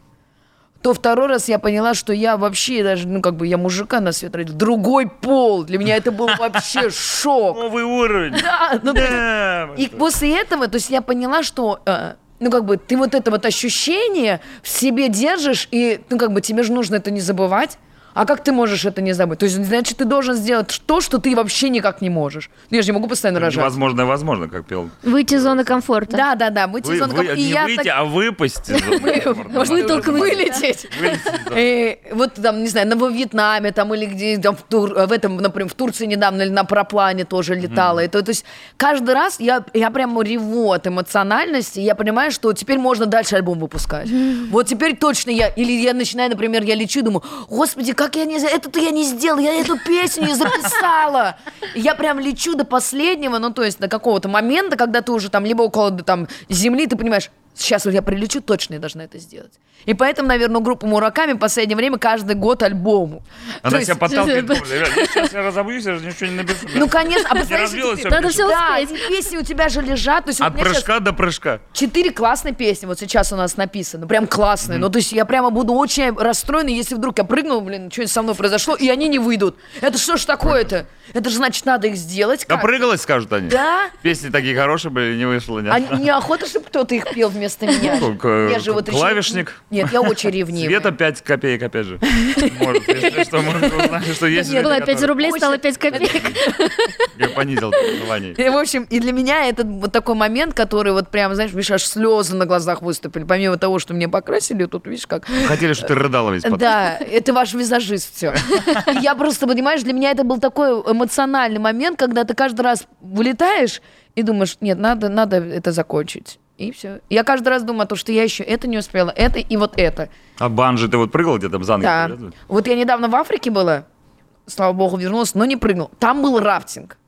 Speaker 3: то второй раз я поняла, что я вообще даже, ну, как бы я мужика на свет родила. Другой пол. Для меня это был вообще шок.
Speaker 1: Новый уровень!
Speaker 3: Да, ну,
Speaker 1: Да.
Speaker 3: и после этого, то есть я поняла, что э, ну, как бы, ты вот это вот ощущение в себе держишь, и, ну, как бы, тебе же нужно это не забывать. А как ты можешь это не забыть? То есть, значит, ты должен сделать то, что ты вообще никак не можешь. Ну, я же не могу постоянно рожать.
Speaker 1: Возможно, возможно, как пел.
Speaker 2: Выйти из зоны комфорта.
Speaker 3: Да, да, да, мы
Speaker 1: Вы, вы-
Speaker 3: Типа, и
Speaker 1: не
Speaker 3: я
Speaker 1: выйти,
Speaker 3: так-
Speaker 1: а выпасть. из зоны комфорта.
Speaker 3: Может,
Speaker 1: Нормально,
Speaker 2: вытолкнуть.
Speaker 1: нормально.
Speaker 3: вылететь.
Speaker 1: Вылететь из зоны.
Speaker 3: Э, вот там, не знаю, на во Вьетнаме там или где там в, Тур- э, в этом, например, в Турции недавно или на параплане тоже летала. И то, то есть каждый раз я, я прям реву от эмоциональности, и я понимаю, что теперь можно дальше альбом выпускать. Вот теперь точно я, или я начинаю, например, я лечу и думаю, господи, как я не, за- это-то я не сделала, я эту песню не записала. И Я прям лечу до последнего, ну то есть до какого-то момента, когда ты уже там либо около там земли, ты понимаешь, Сейчас вот я прилечу, точно я должна это сделать. И поэтому, наверное, у группы Мураками в последнее время каждый год альбому.
Speaker 1: Она себя подталкивает. «Боже, ребят, я сейчас я разобьюсь, я же ничего не напишу.
Speaker 3: Ну, конечно,
Speaker 1: Я
Speaker 3: а представляешь,
Speaker 1: разбила
Speaker 3: если
Speaker 1: все.
Speaker 3: ты-
Speaker 2: Надо всё
Speaker 3: Да,
Speaker 2: успеть.
Speaker 3: и песни у тебя же лежат. То есть вот
Speaker 1: От
Speaker 3: у меня сейчас
Speaker 1: прыжка до прыжка.
Speaker 3: Четыре классные песни вот сейчас у нас написаны, прям классные. Ну, то есть я прямо буду очень расстроена, если вдруг я прыгнул, блин, что-нибудь со мной произошло, и они не выйдут. Это что ж такое-то? Это же значит, надо их сделать. как?
Speaker 1: Допрыгалась, скажут они.
Speaker 3: Да?
Speaker 1: Песни такие хорошие были, не вышло. ни
Speaker 3: А
Speaker 1: одна.
Speaker 3: неохота, чтобы кто-то их пел вместо меня.
Speaker 1: Ну, к-
Speaker 3: Я же вот еще-
Speaker 1: клавишник.
Speaker 3: Нет, я очень ревнивая.
Speaker 1: Света 5 копеек, опять же. Может, если что, может, узнали, что есть. люди,
Speaker 2: Было 5
Speaker 1: которые-
Speaker 2: рублей, стало
Speaker 3: Очень-
Speaker 2: 5 копеек.
Speaker 1: Я понизил название.
Speaker 3: И, в общем, и для меня этот вот такой момент, который вот прям, знаешь, видишь, аж слезы на глазах выступили. Помимо того, что мне покрасили, тут, видишь, как...
Speaker 1: Хотели, чтобы ты рыдала весь подкаст.
Speaker 3: Да, это ваш визажист все. Я просто, понимаешь, для меня это был такой эмоциональный момент, когда ты каждый раз вылетаешь и думаешь, нет, надо, надо это закончить. И все. Я каждый раз думаю о том, что я еще это не успела, это и вот это.
Speaker 1: А банджи ты вот прыгал где-то за ноги?
Speaker 3: Да.
Speaker 1: привязывают?
Speaker 3: Вот я недавно в Африке была, слава богу, вернулась, но не прыгнул. Там был рафтинг.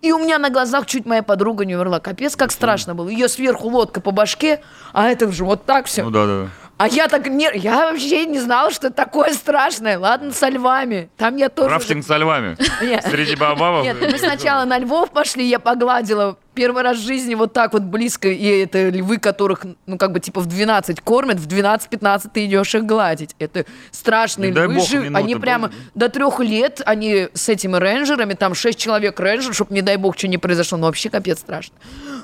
Speaker 3: И у меня на глазах чуть моя подруга не умерла. Капец, как страшно было. Ее сверху лодка по башке, а это уже вот так все.
Speaker 1: Ну да, да.
Speaker 3: А я так не... Я вообще не знала, что это такое страшное. Ладно, со львами. Там я тоже...
Speaker 1: Рафтинг со львами.
Speaker 3: Нет.
Speaker 1: Среди бабабов.
Speaker 3: Нет, мы сначала на львов пошли, я погладила первый раз в жизни вот так вот близко, и это львы, которых, ну, как бы, типа, в 12 кормят, в 12-15 ты идешь их гладить. Это страшные
Speaker 1: Не дай
Speaker 3: львы,
Speaker 1: бог
Speaker 3: жив-
Speaker 1: минуты,
Speaker 3: они прямо
Speaker 1: боже.
Speaker 3: до трех лет, они с этими рейнджерами, там 6 человек рейнджер, чтобы, не дай бог, что не произошло, ну, вообще капец страшно.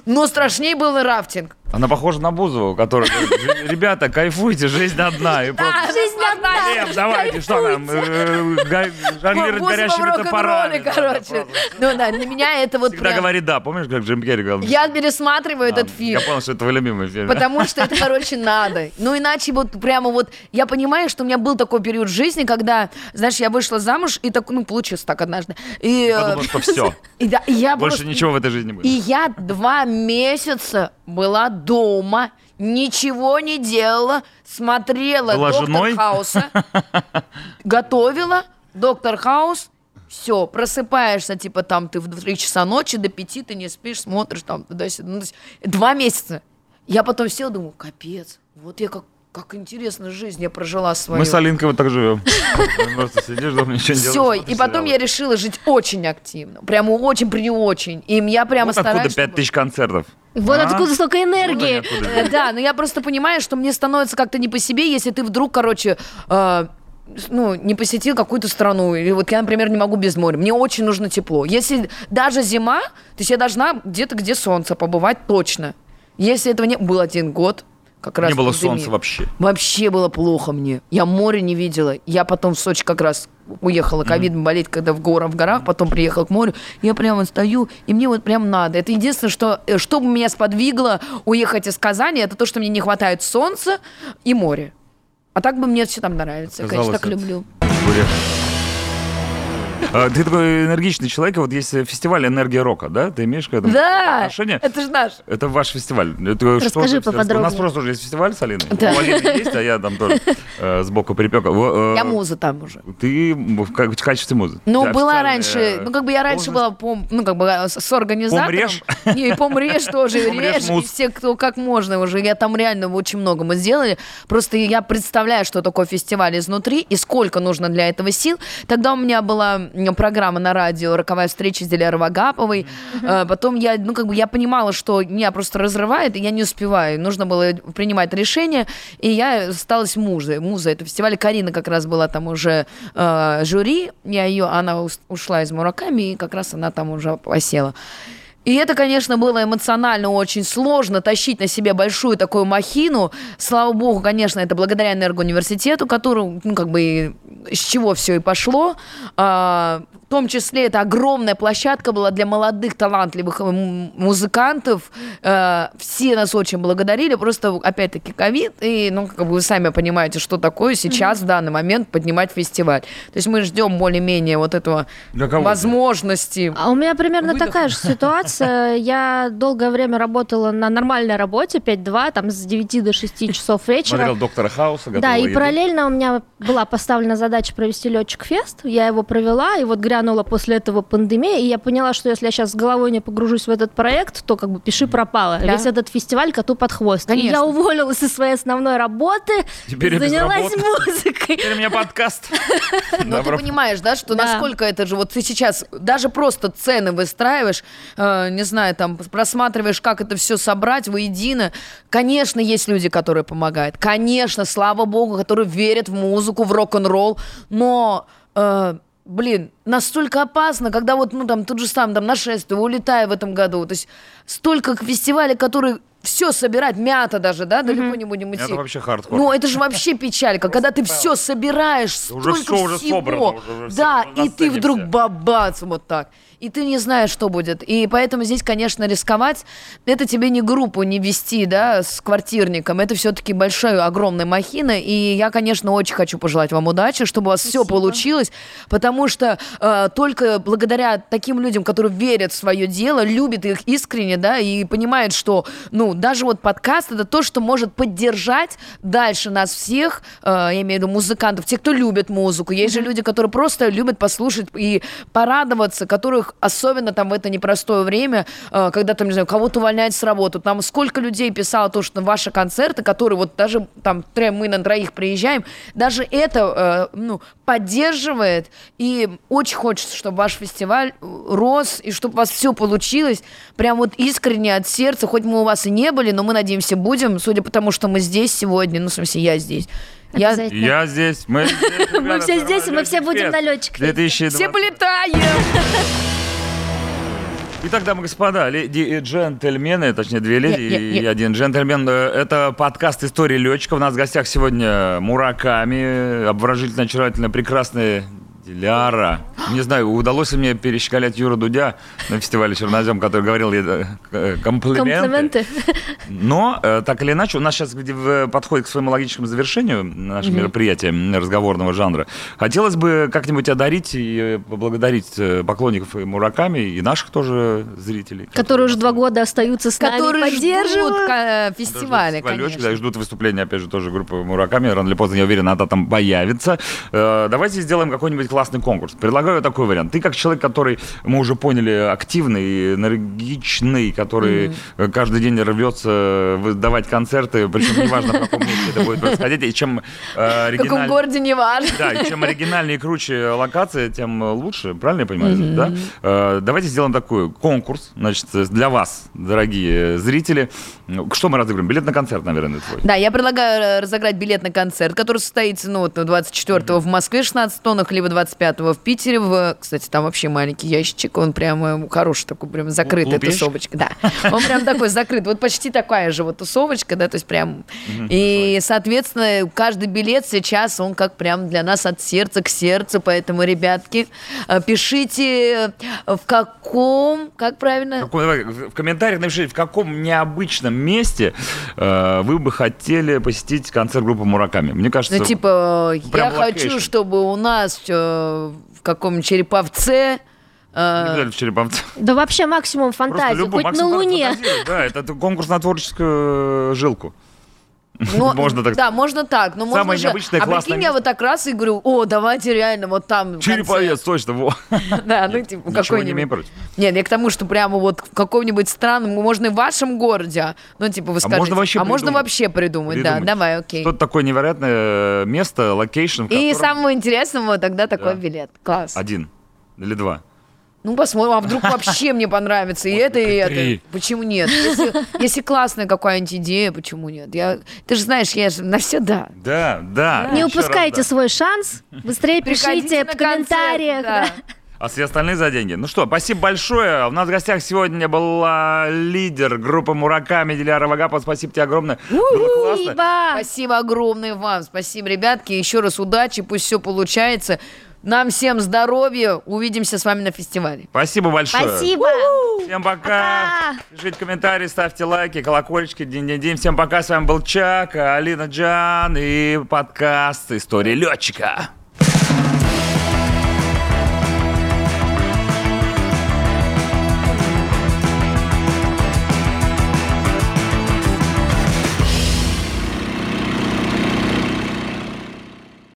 Speaker 3: Но страшнее был рафтинг.
Speaker 1: Она похожа на Бузову, которая говорит, ребята, кайфуйте, жизнь одна. И просто,
Speaker 4: Жизнь одна.
Speaker 1: «Лев, давайте, что нам, э, га- жонглировать
Speaker 3: Бу- Бузова в
Speaker 1: горящими топорами.
Speaker 3: рок-н-ролле, короче. Ну да, для меня это вот
Speaker 1: Всегда
Speaker 3: прям-
Speaker 1: говорит да. Помнишь, как Джим Керри говорил?
Speaker 3: Я пересматриваю
Speaker 1: «Да».
Speaker 3: этот фильм.
Speaker 1: Я понял, что это твой любимый фильм.
Speaker 3: Потому что это, короче, надо. Ну, иначе вот прямо вот... Я понимаю, что у меня был такой период в жизни, когда, знаешь, я вышла замуж, и так, ну, получилось так однажды. И, э,
Speaker 1: Подумал, что все.
Speaker 3: и да, и я
Speaker 1: Больше
Speaker 3: просто-
Speaker 1: ничего в этой жизни не
Speaker 3: И
Speaker 1: будет.
Speaker 3: я два месяца была дома, ничего не делала, смотрела
Speaker 1: Была
Speaker 3: «Доктор
Speaker 1: женой?
Speaker 3: Хауса», готовила «Доктор Хаус», все, просыпаешься, типа, там, ты в 3 часа ночи, до 5 ты не спишь, смотришь, там, туда-сюда. Ну, то есть два месяца. Я потом села, думаю, капец, вот я как, как интересно жизнь я прожила свою.
Speaker 1: Мы с Алинкой вот так живем. Просто сидишь дома, ничего не делаешь.
Speaker 3: все, и
Speaker 1: смотришь
Speaker 3: потом я
Speaker 1: сериалы.
Speaker 3: решила жить очень активно. Прямо очень при не очень. И я прямо
Speaker 1: Вот
Speaker 3: стараюсь.
Speaker 1: Ну, откуда
Speaker 3: чтобы-
Speaker 1: 5000 концертов?
Speaker 2: Вот
Speaker 1: А?
Speaker 2: откуда столько энергии.
Speaker 1: Вот они откуда.
Speaker 3: Э, Да, но я просто понимаю, что мне становится как-то не по себе, если ты вдруг, короче, э, с- ну, не посетил какую-то страну. Или вот я, например, не могу без моря. Мне очень нужно тепло. Если даже зима, то есть я должна где-то, где солнце, побывать точно. Если этого не был один год, как раз
Speaker 1: Не было
Speaker 3: пандемия.
Speaker 1: солнца вообще.
Speaker 3: Вообще было плохо мне. Я море не видела. Я потом в Сочи как раз уехала ковидом болеть, когда в горах, в горах, потом приехала к морю. Я прямо стою, и мне вот прям надо. Это единственное, что, э, что бы меня сподвигло уехать из Казани, это то, что мне не хватает солнца и моря. А так бы мне все там нравится. Я, конечно,
Speaker 1: Казалось,
Speaker 3: так
Speaker 1: это-
Speaker 3: люблю.
Speaker 1: Блин. А, Ты такой энергичный человек, вот есть фестиваль «Энергия рока», да? Ты имеешь к этому
Speaker 3: Да,
Speaker 1: отношение?
Speaker 3: это же наш.
Speaker 1: Это ваш фестиваль. Это что
Speaker 2: Расскажи
Speaker 1: за фестиваль?
Speaker 2: поподробнее.
Speaker 1: У нас просто уже есть фестиваль с Алиной.
Speaker 3: Да.
Speaker 1: У Алины есть, а я там тоже э, сбоку припека.
Speaker 3: Я муза там уже.
Speaker 1: Ты в ка- в качестве музы.
Speaker 3: Ну,
Speaker 1: Ты официальная
Speaker 3: была раньше, ну, как бы я раньше
Speaker 1: должность.
Speaker 3: была, пом, ну, как бы э, с с организатором.
Speaker 1: Помреж?
Speaker 3: Не, и помреж тоже, и
Speaker 1: Помреж
Speaker 3: реж, и
Speaker 1: муз.
Speaker 3: все, кто как можно уже. Я там реально очень много мы сделали. Просто я представляю, что такое фестиваль изнутри и сколько нужно для этого сил. Тогда у меня была м, программа на радио «Роковая встреча» с Дилярой Вагаповой. Э, Потом я, ну, как бы я понимала, что меня просто разрывает, и я не успеваю. Нужно было принимать решение, и я осталась музой. Муза это фестиваль. Карина как раз была там уже э, жюри. Я ее, она ус- ушла из Мураками, и как раз она там уже осела. И это, конечно, было эмоционально очень сложно тащить на себе большую такую махину. Слава богу, конечно, это благодаря энергоуниверситету, который, ну, как бы, и с чего все и пошло. А, в том числе это огромная площадка была для молодых талантливых м, музыкантов. Э, все нас очень благодарили. Просто, опять-таки, ковид. И, ну, как бы вы сами понимаете, что такое сейчас, в данный момент, поднимать фестиваль. То есть мы ждем более-менее вот этого
Speaker 1: Для кого?
Speaker 3: возможности.
Speaker 2: А у меня примерно
Speaker 3: Выдох.
Speaker 2: такая же ситуация. Я долгое время работала на нормальной работе, 5-2, там с 9 до 6 часов вечера.
Speaker 1: Смотрел «Доктора Хауса»,
Speaker 2: Да,
Speaker 1: готовила
Speaker 2: и
Speaker 1: еду.
Speaker 2: параллельно у меня была поставлена задача провести летчик фест. Я его провела, и вот гря- грянула после этого пандемия, и я поняла, что если я сейчас с головой не погружусь в этот проект, то как бы пиши пропало.
Speaker 3: Да.
Speaker 2: Весь этот фестиваль коту под хвост. И
Speaker 3: Конечно.
Speaker 2: я уволилась из своей основной работы,
Speaker 1: Теперь я без
Speaker 2: занялась
Speaker 1: работы.
Speaker 2: музыкой.
Speaker 1: Теперь у меня подкаст.
Speaker 3: Но Ну, ты
Speaker 1: Добро.
Speaker 3: понимаешь, да, что
Speaker 2: Да.
Speaker 3: насколько это же, вот ты сейчас даже просто цены выстраиваешь, э, не знаю, там, просматриваешь, как это все собрать воедино. Конечно, есть люди, которые помогают. Конечно, слава богу, которые верят в музыку, в рок-н-ролл, но... э, Блин, настолько опасно, когда вот, ну, там, тут же сам, там, нашествие, улетай в этом году. То есть столько фестивалей, которые все собирать, мята даже, да, далеко не будем идти.
Speaker 1: Это вообще хардкор.
Speaker 3: Ну, это же вообще печалька, когда ты все собираешь,
Speaker 1: Уже
Speaker 3: столько
Speaker 1: всё уже
Speaker 3: всего.
Speaker 1: собрано, уже- уже
Speaker 3: да,
Speaker 1: всё, на
Speaker 3: и ты
Speaker 1: сцене
Speaker 3: вдруг
Speaker 1: все.
Speaker 3: бабац вот так. И ты не знаешь, что будет. И поэтому здесь, конечно, рисковать, это тебе не группу не вести, да, с квартирником. Это все-таки большая, огромная махина. И я, конечно, очень хочу пожелать вам удачи, чтобы у вас все получилось. Потому что э, только благодаря таким людям, которые верят в свое дело, любят их искренне, да, и понимают, что, ну, даже вот подкаст это то, что может поддержать дальше нас всех, э, я имею в виду музыкантов, те, кто любит музыку. Есть же люди, которые просто любят послушать и порадоваться, которых особенно там в это непростое время, э, когда там, не знаю, кого-то увольняют с работы. Там сколько людей писало то, что ваши концерты, которые вот даже там тре- мы на троих приезжаем, даже это, э, ну, поддерживает. И очень хочется, чтобы ваш фестиваль э, рос, и чтобы у вас все получилось. Прям вот искренне от сердца. Хоть мы у вас и не были, но мы надеемся будем, судя по тому, что мы здесь сегодня. Ну, в смысле, я здесь. Я...
Speaker 2: Обязательно.
Speaker 1: Я здесь, мы здесь, ребята,
Speaker 2: все здесь, и мы
Speaker 1: Летний
Speaker 2: все будем
Speaker 1: фест.
Speaker 2: на летчиках.
Speaker 1: 2020.
Speaker 3: Все полетаем!
Speaker 1: Итак, дамы и господа, леди и джентльмены, точнее, две леди
Speaker 3: Я- я-
Speaker 1: и
Speaker 3: я-
Speaker 1: один джентльмен. Э, Это подкаст «Истории летчиков». У нас в гостях сегодня Мураками, обворожительно, очаровательно прекрасная Диляра. Не знаю, удалось ли мне перещеголять Юра Дудя на фестивале «Чернозем», который говорил ей э, э, комплименты.
Speaker 2: Комплименты.
Speaker 1: Но, э, так или иначе, у нас сейчас э, подходит к своему логическому завершению наше мероприятие м, разговорного жанра. Хотелось бы как-нибудь одарить и э, поблагодарить э, поклонников и Мураками, и наших тоже зрителей.
Speaker 2: Которые уже два года остаются с нами,
Speaker 3: которые
Speaker 2: поддерживают.
Speaker 3: ждут э,
Speaker 1: Тоже
Speaker 3: фестиваля,
Speaker 1: фестиваль лётчиков,
Speaker 3: конечно.
Speaker 1: да, и ждут выступления, опять же, тоже группы Мураками. Рано или поздно, я уверен, она там появится. Э, Давайте сделаем какой-нибудь классный конкурс. Предлагаю такой вариант. Ты как человек, который, мы уже поняли, активный, энергичный, который э, каждый день рвется давать концерты, причем неважно, в каком месте это будет происходить, и чем э,
Speaker 3: В каком
Speaker 1: оригинальнее...
Speaker 3: городе, не важно.
Speaker 1: Да, и чем оригинальнее и круче локация, тем лучше, правильно я понимаю? Да? Э, давайте сделаем такой конкурс, значит, для вас, дорогие зрители. Ну, Что мы разыграем? Билет на концерт, наверное, твой.
Speaker 3: Да, я предлагаю э, разыграть билет на концерт, который состоится, ну, вот 24 в Москве, 16 тонах, либо 25 в Питере. В... Кстати, там вообще маленький ящичек, он прям э, хороший такой, прям закрытая
Speaker 1: Лупишь?
Speaker 3: тусовочка. Да, он прям такой закрыт, вот почти такая же вот тусовочка, да, то есть прям... И, соответственно, каждый билет сейчас, он как прям для нас от сердца к сердцу, поэтому, ребятки, э, пишите э, в каком, как
Speaker 1: В
Speaker 3: правильно,
Speaker 1: каком- давай, В в комментариях напишите, в каком необычном месте э, вы бы хотели посетить концерт группы Мураками. Мне кажется,
Speaker 3: Ну, типа, я
Speaker 1: прям
Speaker 3: хочу,
Speaker 1: локейшн.
Speaker 3: чтобы у нас э, в каком череповце.
Speaker 1: не
Speaker 3: э,
Speaker 1: обязательно в Череповце.
Speaker 2: Да вообще максимум
Speaker 3: типа,
Speaker 1: Просто
Speaker 2: фантазии,
Speaker 1: любой
Speaker 2: хоть на
Speaker 1: максимум
Speaker 2: Луне.
Speaker 1: фантазирует, Да, это т- конкурс на творческую э, жилку.
Speaker 3: ну,
Speaker 1: Можно так
Speaker 3: Да, можно так. Но
Speaker 1: Самое
Speaker 3: можно же-
Speaker 1: необычное,
Speaker 3: а
Speaker 1: классное
Speaker 3: прикинь, я
Speaker 1: место.
Speaker 3: вот так раз и говорю, о, давайте реально вот там. концерт».
Speaker 1: Череповец, точно, во.
Speaker 3: Да, ну типа
Speaker 1: Ничего не имею
Speaker 3: какой-нибудь.
Speaker 1: против.
Speaker 3: Нет, я к тому, что прямо вот в каком-нибудь странном, можно и в вашем городе. Ну типа вы скажете.
Speaker 1: можно вообще
Speaker 3: а можно
Speaker 1: придумать.
Speaker 3: вообще придумать, да.
Speaker 1: Придумать.
Speaker 3: Давай, окей.
Speaker 1: Что-то такое невероятное э, место, локейшн, в
Speaker 3: И
Speaker 1: котором-
Speaker 3: самому интересному тогда
Speaker 1: Да.
Speaker 3: такой билет. Класс.
Speaker 1: Один или два.
Speaker 3: Ну, посмотрим, а вдруг вообще мне понравится и это, и это.
Speaker 1: три.
Speaker 3: Почему нет? Если, если классная какая-нибудь идея, почему нет? Я, ты же знаешь, я же на все да.
Speaker 1: Да, да.
Speaker 2: Не
Speaker 1: Ещё
Speaker 2: упускайте
Speaker 1: раз да.
Speaker 2: свой шанс. Быстрее пишите
Speaker 3: Приходите
Speaker 2: в
Speaker 3: на концерт,
Speaker 2: комментариях.
Speaker 3: да.
Speaker 2: да.
Speaker 1: А все остальные за деньги. Ну что, спасибо большое. У нас в гостях сегодня была лидер группы Мураками Диляра Вагапа. Спасибо тебе огромное.
Speaker 2: Ну
Speaker 1: Было классно.
Speaker 2: Спасибо.
Speaker 3: Спасибо огромное вам. Спасибо, ребятки. Еще раз удачи, пусть все получается. Нам всем здоровья. Увидимся с вами на фестивале.
Speaker 1: Спасибо большое.
Speaker 2: Спасибо.
Speaker 1: Всем пока. Пишите комментарии, ставьте лайки, колокольчики, день-день-день. Всем пока. С вами был Чак, Алина Джан и подкаст «История летчика».